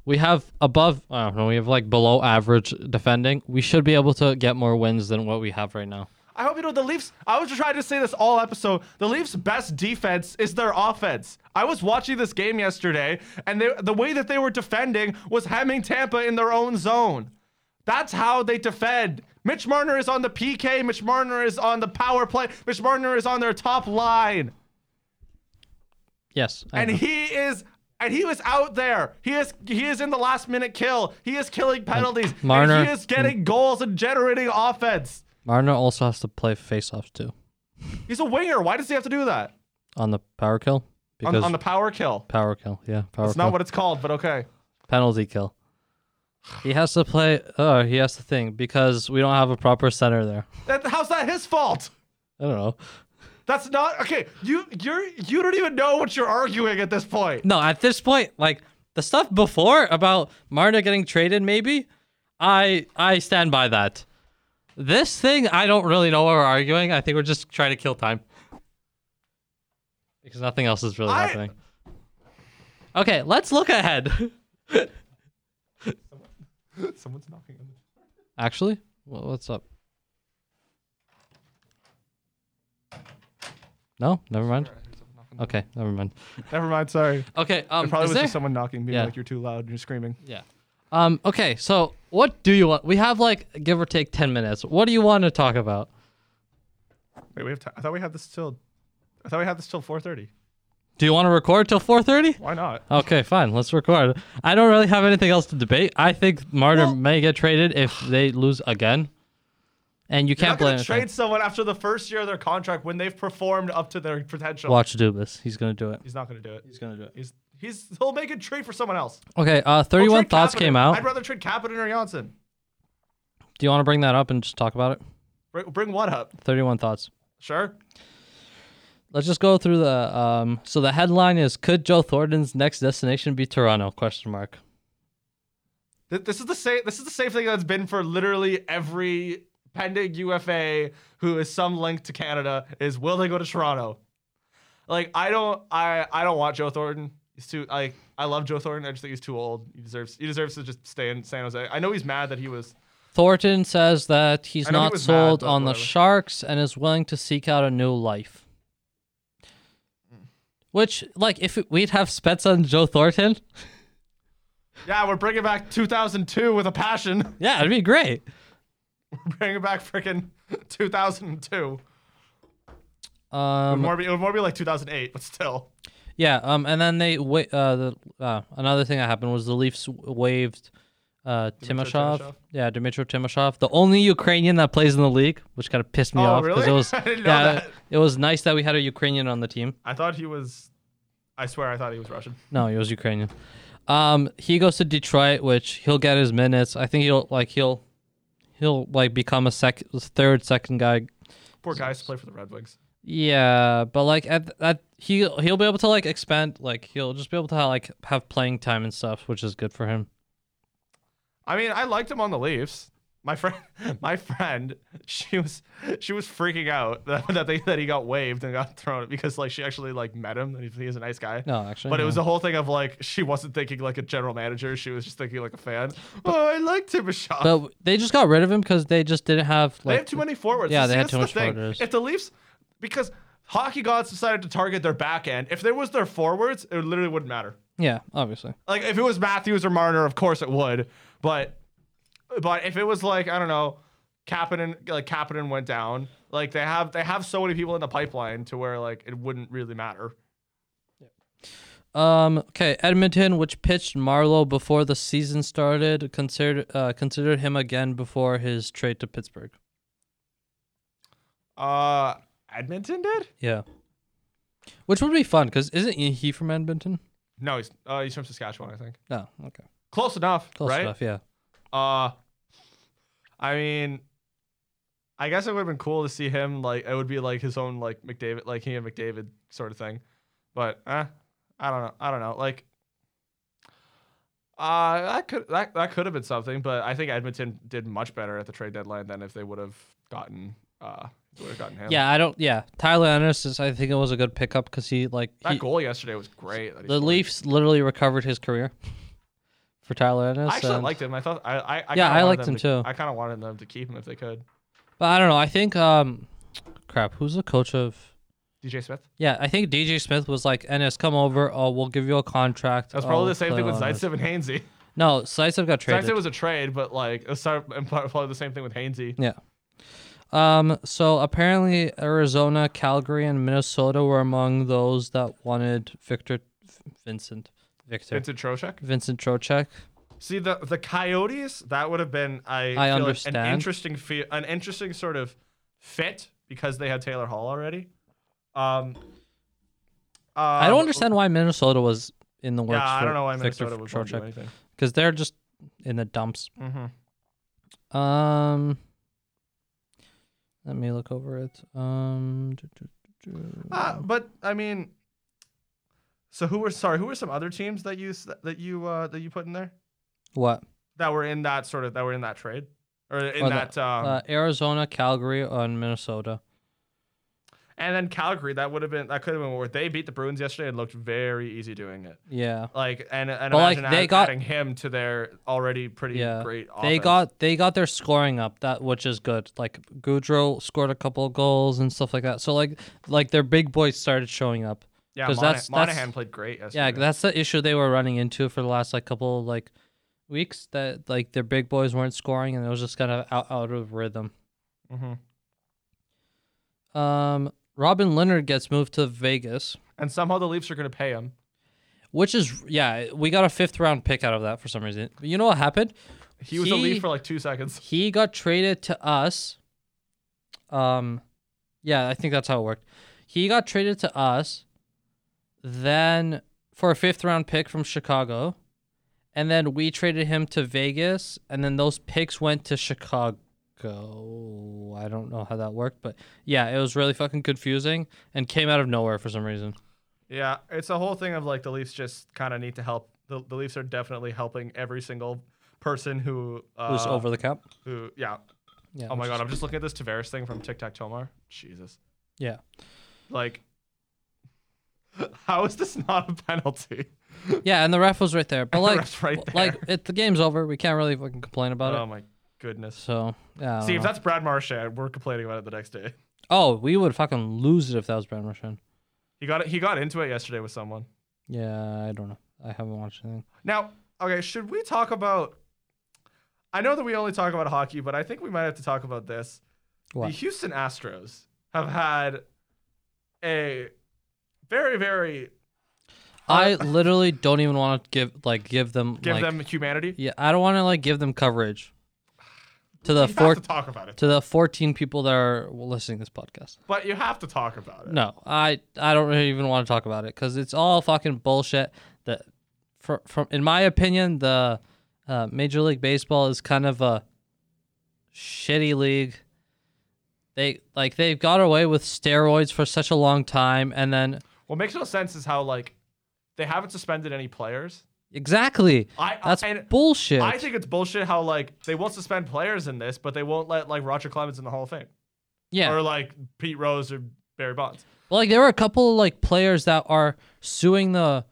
B: We have above, I don't know, we have like below average defending. We should be able to get more wins than what we have right now.
A: I hope you know the Leafs. I was trying to say this all episode. The Leafs' best defense is their offense. I was watching this game yesterday, and they, the way that they were defending was hemming Tampa in their own zone. That's how they defend. Mitch Marner is on the PK. Mitch Marner is on the power play. Mitch Marner is on their top line,
B: Yes, I
A: and
B: know.
A: he is. And he was out there. He is he is in the last minute kill. He is killing penalties. and
B: Marner-
A: he is getting goals and generating offense.
B: Marner also has to play faceoffs too
A: He's a winger. Why does he have to do that?
B: on the power kill
A: On,
B: because
A: on the power kill.
B: power kill, yeah, power
A: It's
B: kill.
A: not what it's called, but okay.
B: penalty kill. He has to play. Oh, he has to think because we don't have a proper center there.
A: That, how's that his fault?
B: I don't know.
A: That's not okay. You you're you don't even know what you're arguing at this point.
B: No, at this point, like the stuff before about Marta getting traded, maybe I I stand by that. This thing, I don't really know what we're arguing. I think we're just trying to kill time because nothing else is really
A: I-
B: happening. Okay, let's look ahead.
A: Someone's knocking on the
B: Actually, wha- what's up? No, never mind. Okay, never mind.
A: Never mind. Sorry.
B: Okay, um,
A: It probably
B: is
A: was
B: there-
A: just someone knocking, being
B: Yeah.
A: like, "You're too loud and you're screaming."
B: Yeah. Um, okay, so what do you want? We have like give or take 10 minutes. What do you want to talk about?
A: Wait, we have. T- I thought we had this till. I thought we had this till 4:30.
B: Do you want to record till 4:30?
A: Why not?
B: Okay, fine. Let's record. I don't really have anything else to debate. I think Martyr
A: Well-
B: may get traded if they lose again. And you
A: You're
B: can't
A: not
B: blame
A: gonna
B: it.
A: trade someone after the first year of their contract when they've performed up to their potential.
B: Watch Dubas. He's going to do it.
A: He's not gonna do it.
B: He's going to do it.
A: He's he's he'll make a trade for someone else.
B: Okay, uh
A: He'll
B: 31
A: trade
B: thoughts
A: Kapanen.
B: came out.
A: I'd rather trade Kapanen or Janssen.
B: do you want to bring that up and just talk about it?
A: Br- Bring what up?
B: 31 thoughts.
A: Sure.
B: Let's just go through the um so the headline is could Joe Thornton's next destination be Toronto? question mark.
A: Th- This is the same. This is the same thing that's been for literally every pending UFA who is some link to Canada. Is will they go to Toronto? Like I don't. I I don't want Joe Thornton. He's too. Like I love Joe Thornton. I just think he's too old. He deserves. He deserves to just stay in San Jose. I know he's mad that he was.
B: Thornton says that he's
A: I know he
B: not
A: was mad,
B: sold
A: but
B: on the
A: whatever.
B: Sharks and is willing to seek out a new life.
A: Mm.
B: Which, like, if it- we'd have Spets on Joe Thornton,
A: Yeah, we're bringing back 2002 with a passion.
B: yeah, it'd be great.
A: We're bringing back freaking 2002. It would,
B: Um,
A: more be, it would more be like 2008, but still.
B: yeah. Um, and then they wa- uh, the, uh, another thing that happened was the Leafs waived Uh,
A: Dmitro
B: Timoshov.
A: Timoshov?
B: Yeah, Dmitro Timoshov, the only Ukrainian that plays in the league, which kind of pissed me
A: Oh,
B: off
A: really?
B: it was
A: I didn't know
B: yeah,
A: that.
B: it was nice that we had a Ukrainian on the team.
A: I thought he was. I swear, I thought he was Russian.
B: No, he was Ukrainian. Um, he goes to Detroit, which he'll get his minutes. I think he'll like he'll he'll like become a sec third second guy.
A: Poor guys play for the Red Wings.
B: Yeah, but like at at he he'll be able to like expand like he'll just be able to like have playing time and stuff, which is good for him.
A: I mean, I liked him on the Leafs. My friend, my friend, she was she was freaking out that, that they that he got waived and got thrown because like she actually like met him and he, he is a nice guy.
B: No, actually,
A: But it
B: no.
A: was the whole thing of like she wasn't thinking like a general manager. She was just thinking like a fan. oh, I like Timoshov.
B: But they just got rid of him because they just didn't have
A: they
B: like
A: have too many forwards.
B: Yeah,
A: See,
B: they had
A: that's
B: too
A: the
B: much
A: thing.
B: forwards.
A: If the Leafs, because hockey gods decided to target their back end, if there was their forwards, it literally wouldn't matter.
B: yeah, obviously.
A: Like if it was Matthews or Marner, of course it would. But but if it was like I don't know, Kapanen like Kapanen went down. Like they have they have so many people in the pipeline to where like it wouldn't really matter.
B: Um. Okay, Edmonton, which pitched Marlowe before the season started, considered uh, considered him again before his trade to Pittsburgh.
A: Uh, Edmonton did?
B: Yeah, which would be fun because isn't he from Edmonton?
A: No, he's uh, he's from Saskatchewan, I think.
B: No. Okay.
A: Close enough,
B: Close
A: right?
B: enough. Yeah.
A: Uh, I mean, I guess it would have been cool to see him like it would be like his own like McDavid, like he and McDavid sort of thing. But eh, I don't know. I don't know. Like, uh, that could that that could have been something. But I think Edmonton did much better at the trade deadline than if they would have gotten uh would have gotten him.
B: Yeah. I don't. Yeah. Tyler Ennis is. I think it was a good pickup because he like
A: That
B: he,
A: goal yesterday was great. that he
B: the
A: scored.
B: Leafs literally recovered his career for Tyler Ennis.
A: I actually
B: and-
A: liked him. I thought I I, I
B: Yeah,
A: kinda
B: I
A: wanted
B: liked
A: them
B: him
A: to-
B: too.
A: I kind of wanted them to keep him if they could.
B: But I don't know. I think. Um. Crap. Who's the coach of?
A: DJ Smith.
B: Yeah, I think DJ Smith was like, Ennis, come over. Oh, we'll give you a contract.
A: That's probably
B: I'll
A: the same
B: play
A: thing with
B: on this."
A: Zaitsev and Hainsey.
B: No, Zaitsev got traded.
A: Fact, it was a trade, but like it was sort of- and pro- probably the same thing with Hainsey.
B: yeah. Um. So apparently, Arizona, Calgary, and Minnesota were among those that wanted Victor, Vincent, Victor,
A: Vincent Uh, Trocheck.
B: Vincent Trocek.
A: See the the Coyotes. That would have been I, feel like, an
B: understand.
A: interesting fe- an interesting sort of fit because they had Taylor Hall already. Um,
B: I don't understand why Minnesota was in the works.
A: Yeah, I
B: for
A: don't know why
B: Victor
A: Minnesota would want to do anything.
B: because they're just in the dumps.
A: Mm-hmm.
B: Um. Let me look over it. Um. do, do, do, do.
A: Uh, but I mean, so who were sorry? Who were some other teams that you s- that you uh, that you put in there
B: What?
A: that were in that sort of that were in that trade or in
B: Well, the-
A: that um,
B: uh, Arizona, Calgary, and Minnesota.
A: And then Calgary, that would have been that could have been where they beat the Bruins yesterday and looked very easy doing it.
B: Yeah.
A: Like and and
B: But, like,
A: imagine
B: they
A: add-
B: got-
A: adding him to their already pretty
B: Yeah.
A: great. Offense.
B: They got they got their scoring up that which is good. Like Goudreau scored a couple of goals and stuff like that. So like like their big boys started showing up.
A: yeah.
B: 'cause
A: Monahan,
B: that's- that's-
A: Monahan played great yesterday.
B: Yeah, that's the issue they were running into for the last like couple of, like weeks that like their big boys weren't scoring and it was just kind of out, out of rhythm.
A: hmm
B: Um, Robin Leonard gets moved to Vegas,
A: And somehow the Leafs are going to pay him.
B: which is yeah, we got a fifth round pick out of that for some reason. But you know what happened?
A: He was a
B: He-
A: Leaf for like two seconds.
B: he got traded to us. Um, yeah, I think that's how it worked. He got traded to us, then for a fifth round pick from Chicago, and then we traded him to Vegas, and then those picks went to Chicago. I don't know how that worked, but yeah, it was really fucking confusing and came out of nowhere for some reason.
A: Yeah, it's a whole thing of like the Leafs just kind of need to help. The, the Leafs are definitely helping every single person who uh,
B: Who's over the cap?
A: Who yeah.
B: Yeah.
A: Oh my
B: which
A: god,
B: is-
A: I'm just looking at this Tavares thing from Tic Tac Tomar. Jesus.
B: Yeah.
A: Like, how is this not a penalty?
B: Yeah, and the ref was right there, but like,
A: ref's right there.
B: like it, the game's over. We can't really fucking complain about it.
A: Oh my goodness.
B: So yeah. I don't
A: See, if
B: know.
A: that's Brad Marchand, we're complaining about it the next day.
B: oh, we would fucking lose it if that was Brad Marchand.
A: He got he got into it yesterday with someone.
B: Yeah, I don't know. I haven't watched anything.
A: Now, okay, should we talk about? I know that we only talk about hockey, but I think we might have to talk about this.
B: What?
A: The Houston Astros have had a very, very
B: I literally don't even want to give like give them
A: Uh, Give
B: like,
A: them humanity.
B: yeah. I don't want to like give them coverage to the
A: You
B: four
A: have to talk about it,
B: to the fourteen people that are listening to this podcast.
A: but you have to talk about it.
B: No, I I don't really even want to talk about it because it's all fucking bullshit. That from from in my opinion, the uh, Major League Baseball is kind of a shitty league. They like they've got away with steroids for such a long time, and then
A: What makes no sense is how like they haven't suspended any players.
B: exactly
A: I
B: that's
A: and
B: bullshit.
A: I think it's bullshit how like they won't suspend players in this, but they won't let like Roger Clemens in the Hall of Fame
B: yeah,
A: or like Pete Rose or Barry Bonds.
B: Well, like there were a couple of, like players that are suing the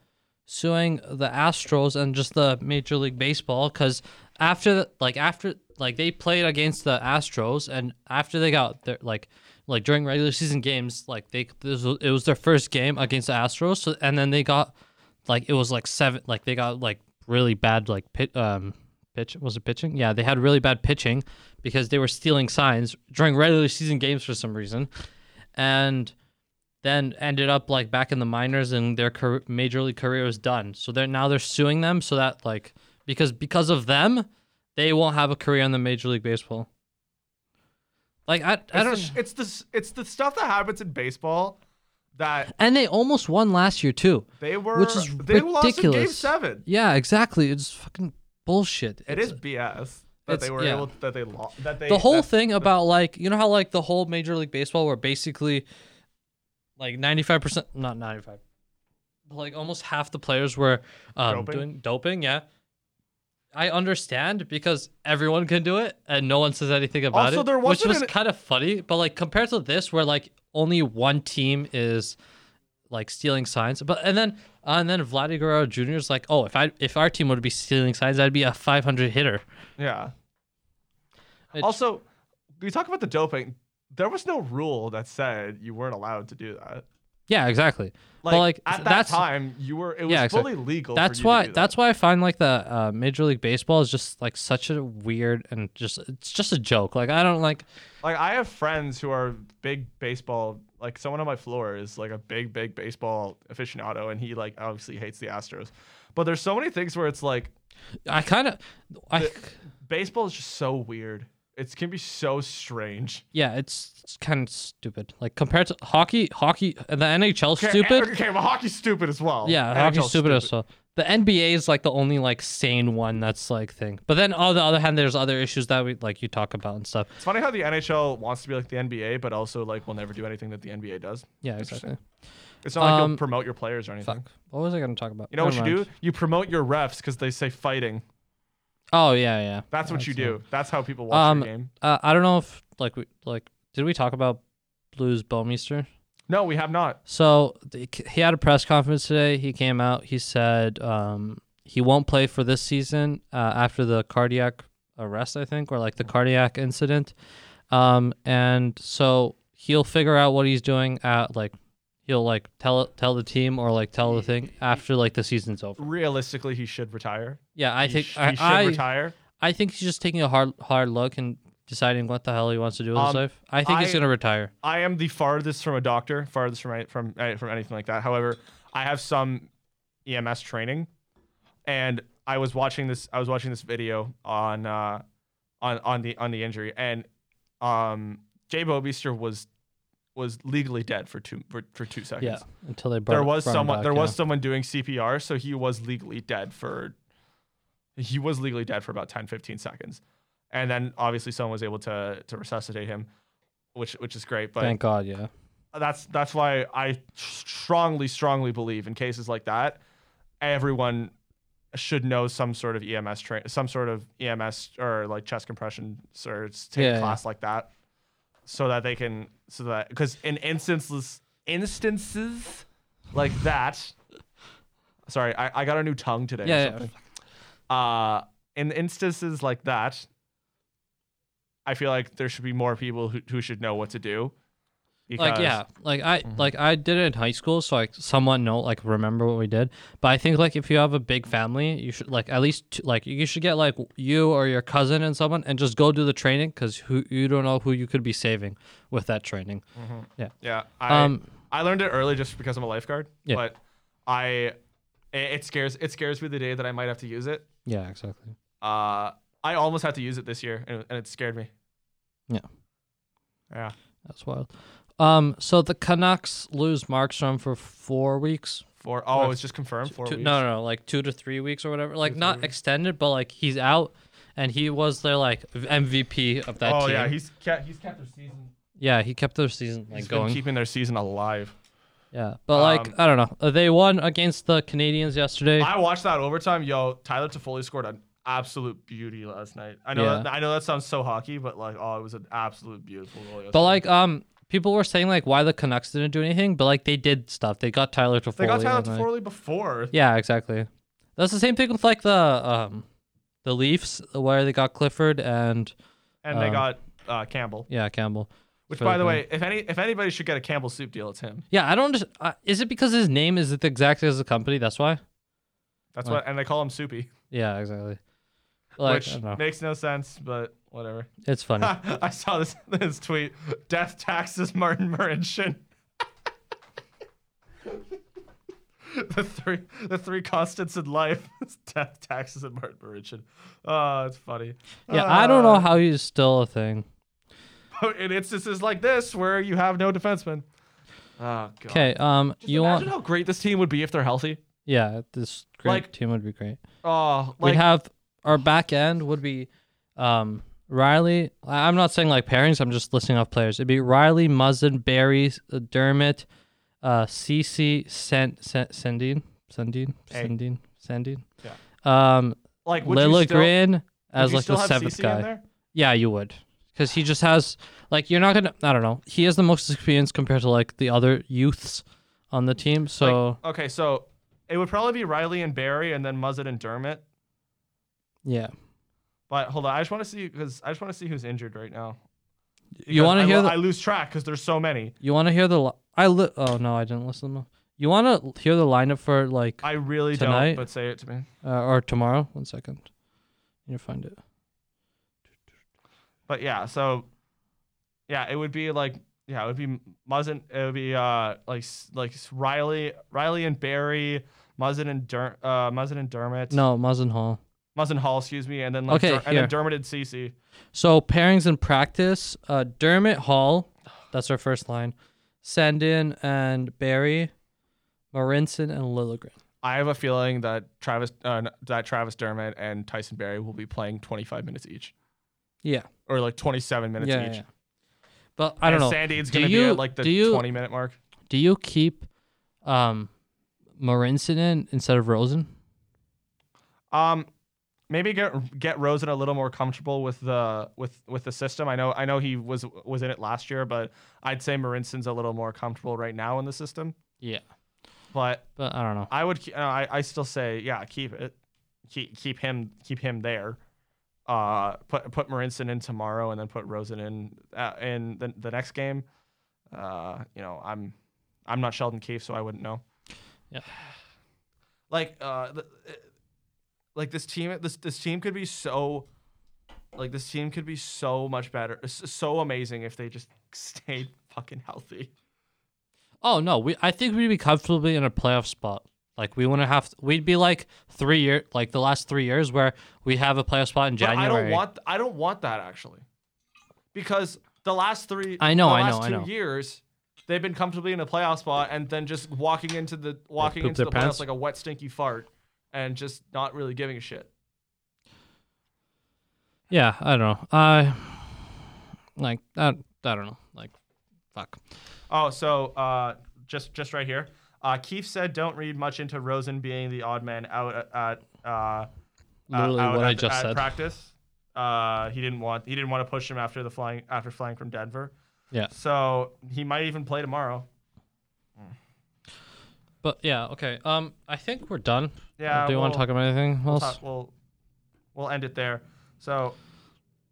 B: suing the Astros and just the Major League Baseball because after the- like after like they played against the Astros and after they got their like like during regular season games like they this was, it was their first game against the Astros so, and then they got like it was like seven like they got like really bad like pit um pitch was it pitching yeah they had really bad pitching because they were stealing signs during regular season games for some reason and then ended up like back in the minors and their car- major league career is done. So they're now they're suing them so that like because because of them, they won't have a career in the major league baseball. Like I, I
A: It's
B: don't
A: the, sh- it's the s- it's the stuff that happens in baseball that
B: and they almost won last year too.
A: they were
B: Which is
A: they lost in game
B: ridiculous.
A: seven.
B: Yeah, exactly. It's fucking bullshit.
A: It is BS that
B: It's-
A: they were
B: yeah.
A: able that they lost that they
B: the whole
A: that-
B: thing about like you know how like the whole major league baseball where basically like 95% not 95 but like almost half the players were um,
A: Doping?
B: doing doping yeah i understand because everyone can do it and no one says anything about
A: Also,
B: it
A: there
B: which
A: wasn't
B: was
A: an-
B: kind of funny but like compared to this where like only one team is like stealing signs but and then uh, and then Vladimir Guerrero Jr. is like, oh, if I if our team would be stealing signs, I'd be a 500 hitter.
A: yeah.
B: It's-
A: Also, we talk about the doping. There was no rule that said you weren't allowed to do that.
B: Yeah, exactly.
A: Like,
B: but like
A: at that
B: that's
A: time, you were it was
B: Yeah, exactly.
A: fully legal. for
B: that's
A: you to
B: why
A: do that.
B: that's why I find like the uh, Major League Baseball is just like such a weird and just it's just a joke. Like I don't like
A: Like I have friends who are big baseball. Like someone on my floor is like a big, big baseball aficionado, and he like obviously hates the Astros. But there's so many things where it's like
B: I kind of I
A: baseball is just so weird. It can be so strange.
B: yeah it's, it's kind of stupid. Like compared to hockey, hockey the NHL
A: Okay,
B: stupid.
A: Okay, well, hockey's stupid as well.
B: yeah,
A: NHL 's
B: hockey's stupid, as well. The NBA is like the only like sane one that's like thing. But then on the other hand, there's other issues that we like you talk about and stuff.
A: It's funny how the NHL wants to be like the NBA, but also like will never do anything that the NBA does.
B: Yeah,
A: Interesting.
B: exactly.
A: It's not like
B: Um,
A: you'll promote your players or anything.
B: Fuck. What was I gonna talk about?
A: You know what
B: Never
A: you
B: mind.
A: do? You promote your refs because they say fighting.
B: Oh yeah, yeah.
A: That's what you
B: That's it.
A: do. That's how people watch
B: Um,
A: your game.
B: Uh, I don't know if like we like did we talk about Blues Bomeister?
A: No, we have not.
B: So the- he had a press conference today. He came out. He said um, he won't play for this season uh, after the cardiac arrest, I think, or like the cardiac incident. Um, and so he'll figure out what he's doing at like he'll like tell tell the team or like tell the thing after like the season's over.
A: realistically he should retire.
B: Yeah, I
A: he
B: think
A: sh-
B: I,
A: he should
B: I,
A: retire.
B: I think he's just taking a hard hard look and deciding what the hell he wants to do with
A: Um,
B: his life. I think he's
A: I-
B: gonna retire.
A: I am the farthest from a doctor, farthest from any, from eh, from anything like that. However, I have some EMS training, and I was watching this. I was watching this video on uh, on on the on the injury, and um, Jay Bobeister was was legally dead for two for, for two seconds.
B: Yeah, until they brought
A: there was
B: brought him
A: someone
B: back,
A: there
B: yeah.
A: was someone doing CPR, so he was legally dead for he was legally dead for about 10 15 seconds. And then obviously someone was able to to resuscitate him, which which is great, but
B: Thank God, yeah.
A: that's that's why I strongly strongly believe in cases like that everyone should know some sort of E EMS train some sort of EMS or like chest compression or take
B: Yeah, yeah.
A: a class like that so that they can so that cuz in instances instances like that sorry I, I got a new tongue today or
B: Yeah, yeah.
A: something. uh in instances like that I feel like there should be more people who, who should know what to do
B: Like
A: because- Mm-hmm.
B: yeah, like I like I did it in high school, so I somewhat know like remember what we did. But I think like if you have a big family, you should like at least two, like you should get like you or your cousin and someone and just go do the training because who you don't know who you could be saving with that training.
A: Yeah, I
B: Um,
A: I learned it early just because I'm a lifeguard.
B: Yeah.
A: But I It, it scares it scares me the day that I might have to use it.
B: Yeah, exactly.
A: Uh, I almost had to use it this year, and, and it scared me.
B: Yeah.
A: Yeah.
B: That's wild. Um, so the Canucks lose Markstrom for four weeks.
A: Four. Oh, it's just confirmed. Four
B: Two,
A: weeks.
B: no, no, no, like two to three weeks or whatever. Like
A: to
B: not
A: three weeks.
B: extended, but like he's out, and he was their like MVP of that
A: oh
B: team.
A: yeah, he's kept he's kept their season.
B: yeah, he kept their season like
A: He's
B: going.
A: been keeping their season alive.
B: yeah, but like
A: Um,
B: I don't know, Uh, they won against the Canadians yesterday.
A: I watched that overtime. Yo, Tyler Toffoli scored an absolute beauty last night. I know.
B: Yeah.
A: That, I know that sounds so hockey, but like, oh, it was an absolute beautiful goal. yesterday.
B: but like um, people were saying like why the Canucks didn't do anything, but like they did stuff. They got Tyler Toffoli.
A: they got Tyler
B: and, like-
A: Toffoli before.
B: Yeah, exactly. That's the same thing with like the um, the Leafs where they got Clifford and
A: and they
B: Uh,
A: got uh, Campbell.
B: yeah Campbell.
A: Which,
B: for
A: by the
B: Campbell.
A: way, if any if anybody should get a Campbell soup deal, it's him.
B: Yeah, I don't. under- Uh, is it because his name is it exactly as the company? That's why.
A: That's
B: Like-
A: what, and they call him Soupy,
B: Yeah, exactly. Like I
A: which
B: don't know.
A: makes no sense, but whatever.
B: it's funny.
A: I saw this this tweet: death taxes Martin Marincin. the three the three constants in life: is death, taxes, and Martin Marincin. Oh, it's funny.
B: yeah, I don't know how he's still a thing.
A: how. Ah, In instances like this, where you have no defenseman. Oh god.
B: Okay. Um,
A: Just
B: you
A: imagine
B: want?
A: how great this team would be if they're healthy.
B: yeah, this great
A: Like-
B: team would be great.
A: Oh,
B: We'd
A: like
B: have our back end would be, um, Riley. I- I'm not saying like pairings. I'm just listing off players. It'd be Riley, Muzzin, Barry, S- uh, Dermot, uh, CC, Sen, Sen, Sendine, Sendine,
A: Hey.
B: Sendine, Sendine. Yeah. Um,
A: like would you
B: Lilla
A: still-
B: Grin
A: would
B: as
A: you
B: like
A: still
B: the
A: have
B: seventh
A: CC in
B: guy.
A: there?
B: Yeah, you would. Because he just has, like, you're not going to, I don't know. He has the most experience compared to, like, the other youths on the team. So,
A: Okay, so it would probably be Riley and Barry, and then Muzzin and Dermot.
B: yeah.
A: But hold on, I just want to see because I just want to see who's injured right now.
B: You want to
A: Because I
B: hear
A: lo- I
B: the,
A: lose track because there's so many.
B: you want to hear the, li- I, li- oh, no, I didn't listen. to- You want to hear the lineup for, like,
A: I really
B: Tonight?
A: don't. But say it to me.
B: uh, or tomorrow? One second. You'll find it.
A: But yeah, so yeah, it would be like yeah, it would be Muzzin. It would be uh like s- like s- Riley, Riley and Barry, Muzzin and Der, uh, Muzzin and Dermot.
B: No, Muzzin Hall.
A: Muzzin Hall, excuse me, and then like
B: Okay,
A: Der- and
B: here.
A: then Dermot and Cece.
B: So, pairings in practice uh, Dermot Hall, that's our first line. Sandin and Barry, Marinson and Lilligren.
A: I have a feeling that Travis uh, n- that Travis Dermot and Tyson Berry will be playing 25 minutes each,
B: Yeah.
A: or like 27 minutes
B: yeah,
A: each.
B: yeah. But I don't know.
A: and Sandine's
B: Do
A: gonna be
B: you-
A: at like the
B: do you-
A: 20 minute mark.
B: Do you keep um Marinson in instead of Rosen?
A: Um, maybe get get Rosen a little more comfortable with the with with the system. I know I know he was was in it last year, but I'd say Marinson's a little more comfortable right now in the system.
B: Yeah.
A: But
B: But I don't know.
A: I would ke- no, I I still say yeah, keep it, keep keep him keep him there. Uh, put put Marinson in tomorrow, and then put Rosen in uh, in the the next game. Uh, you know, I'm I'm not Sheldon Keefe, so I wouldn't know.
B: Yeah.
A: Like uh, th- like this team this this team could be so, like this team could be so much better, s- so amazing if they just stayed fucking healthy.
B: Oh no, we I think we'd be comfortably in a playoff spot. Like we wouldn't have we'd be like three year like the last three years where we have a playoff spot in
A: But
B: January.
A: I don't want I don't want that actually. Because the last three
B: I know,
A: the
B: I
A: last
B: know, I
A: two
B: know.
A: years they've been comfortably in a playoff spot and then just walking into the walking
B: pooped
A: into the
B: their
A: playoffs
B: pants?
A: like a wet stinky fart and just not really giving a shit.
B: yeah, I don't know. I like I, I don't know. Like fuck.
A: Oh, so uh, just just right here. Uh, Keefe said don't read much into Rosen being the odd man out at uh, uh,
B: Literally
A: out
B: what I
A: at-
B: just
A: at
B: said.
A: practice. Uh, he didn't want he didn't want to push him after the flying after flying from Denver.
B: Yeah.
A: So he might even play tomorrow.
B: But yeah, okay. Um I think we're done.
A: Yeah.
B: Do you want to
A: well-
B: talk about anything else?
A: we'll, we'll we'll end it there. So,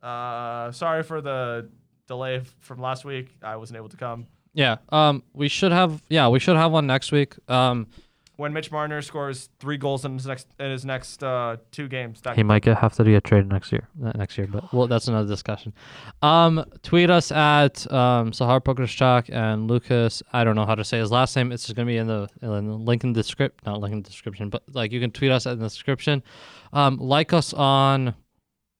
A: uh, sorry for the delay f- from last week. I wasn't able to come.
B: Yeah. Um we should have yeah, we should have one next week. Um
A: when Mitch Marner scores three goals in his next in his next uh, two games. That
B: He might get, have to get traded next year. Not next year, but well, that's another discussion. Um, tweet us at um, Sahar Pokerschak and Lucas. I don't know how to say his last name. It's just gonna be in the, in the link in the script, not link in the description, but like you can tweet us in the description. Um, like us on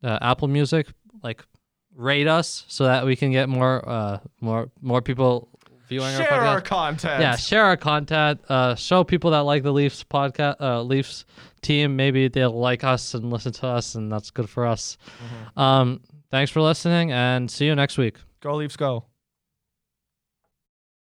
B: uh, Apple Music. Like rate us so that we can get more uh, more more people viewing
A: share
B: our podcast.
A: our content.
B: Yeah, share our content. Uh, show people that like the Leafs podcast, uh, Leafs team. Maybe they'll like us and listen to us, and that's good for us. Um, thanks for listening, and see you next week.
A: Go Leafs, go.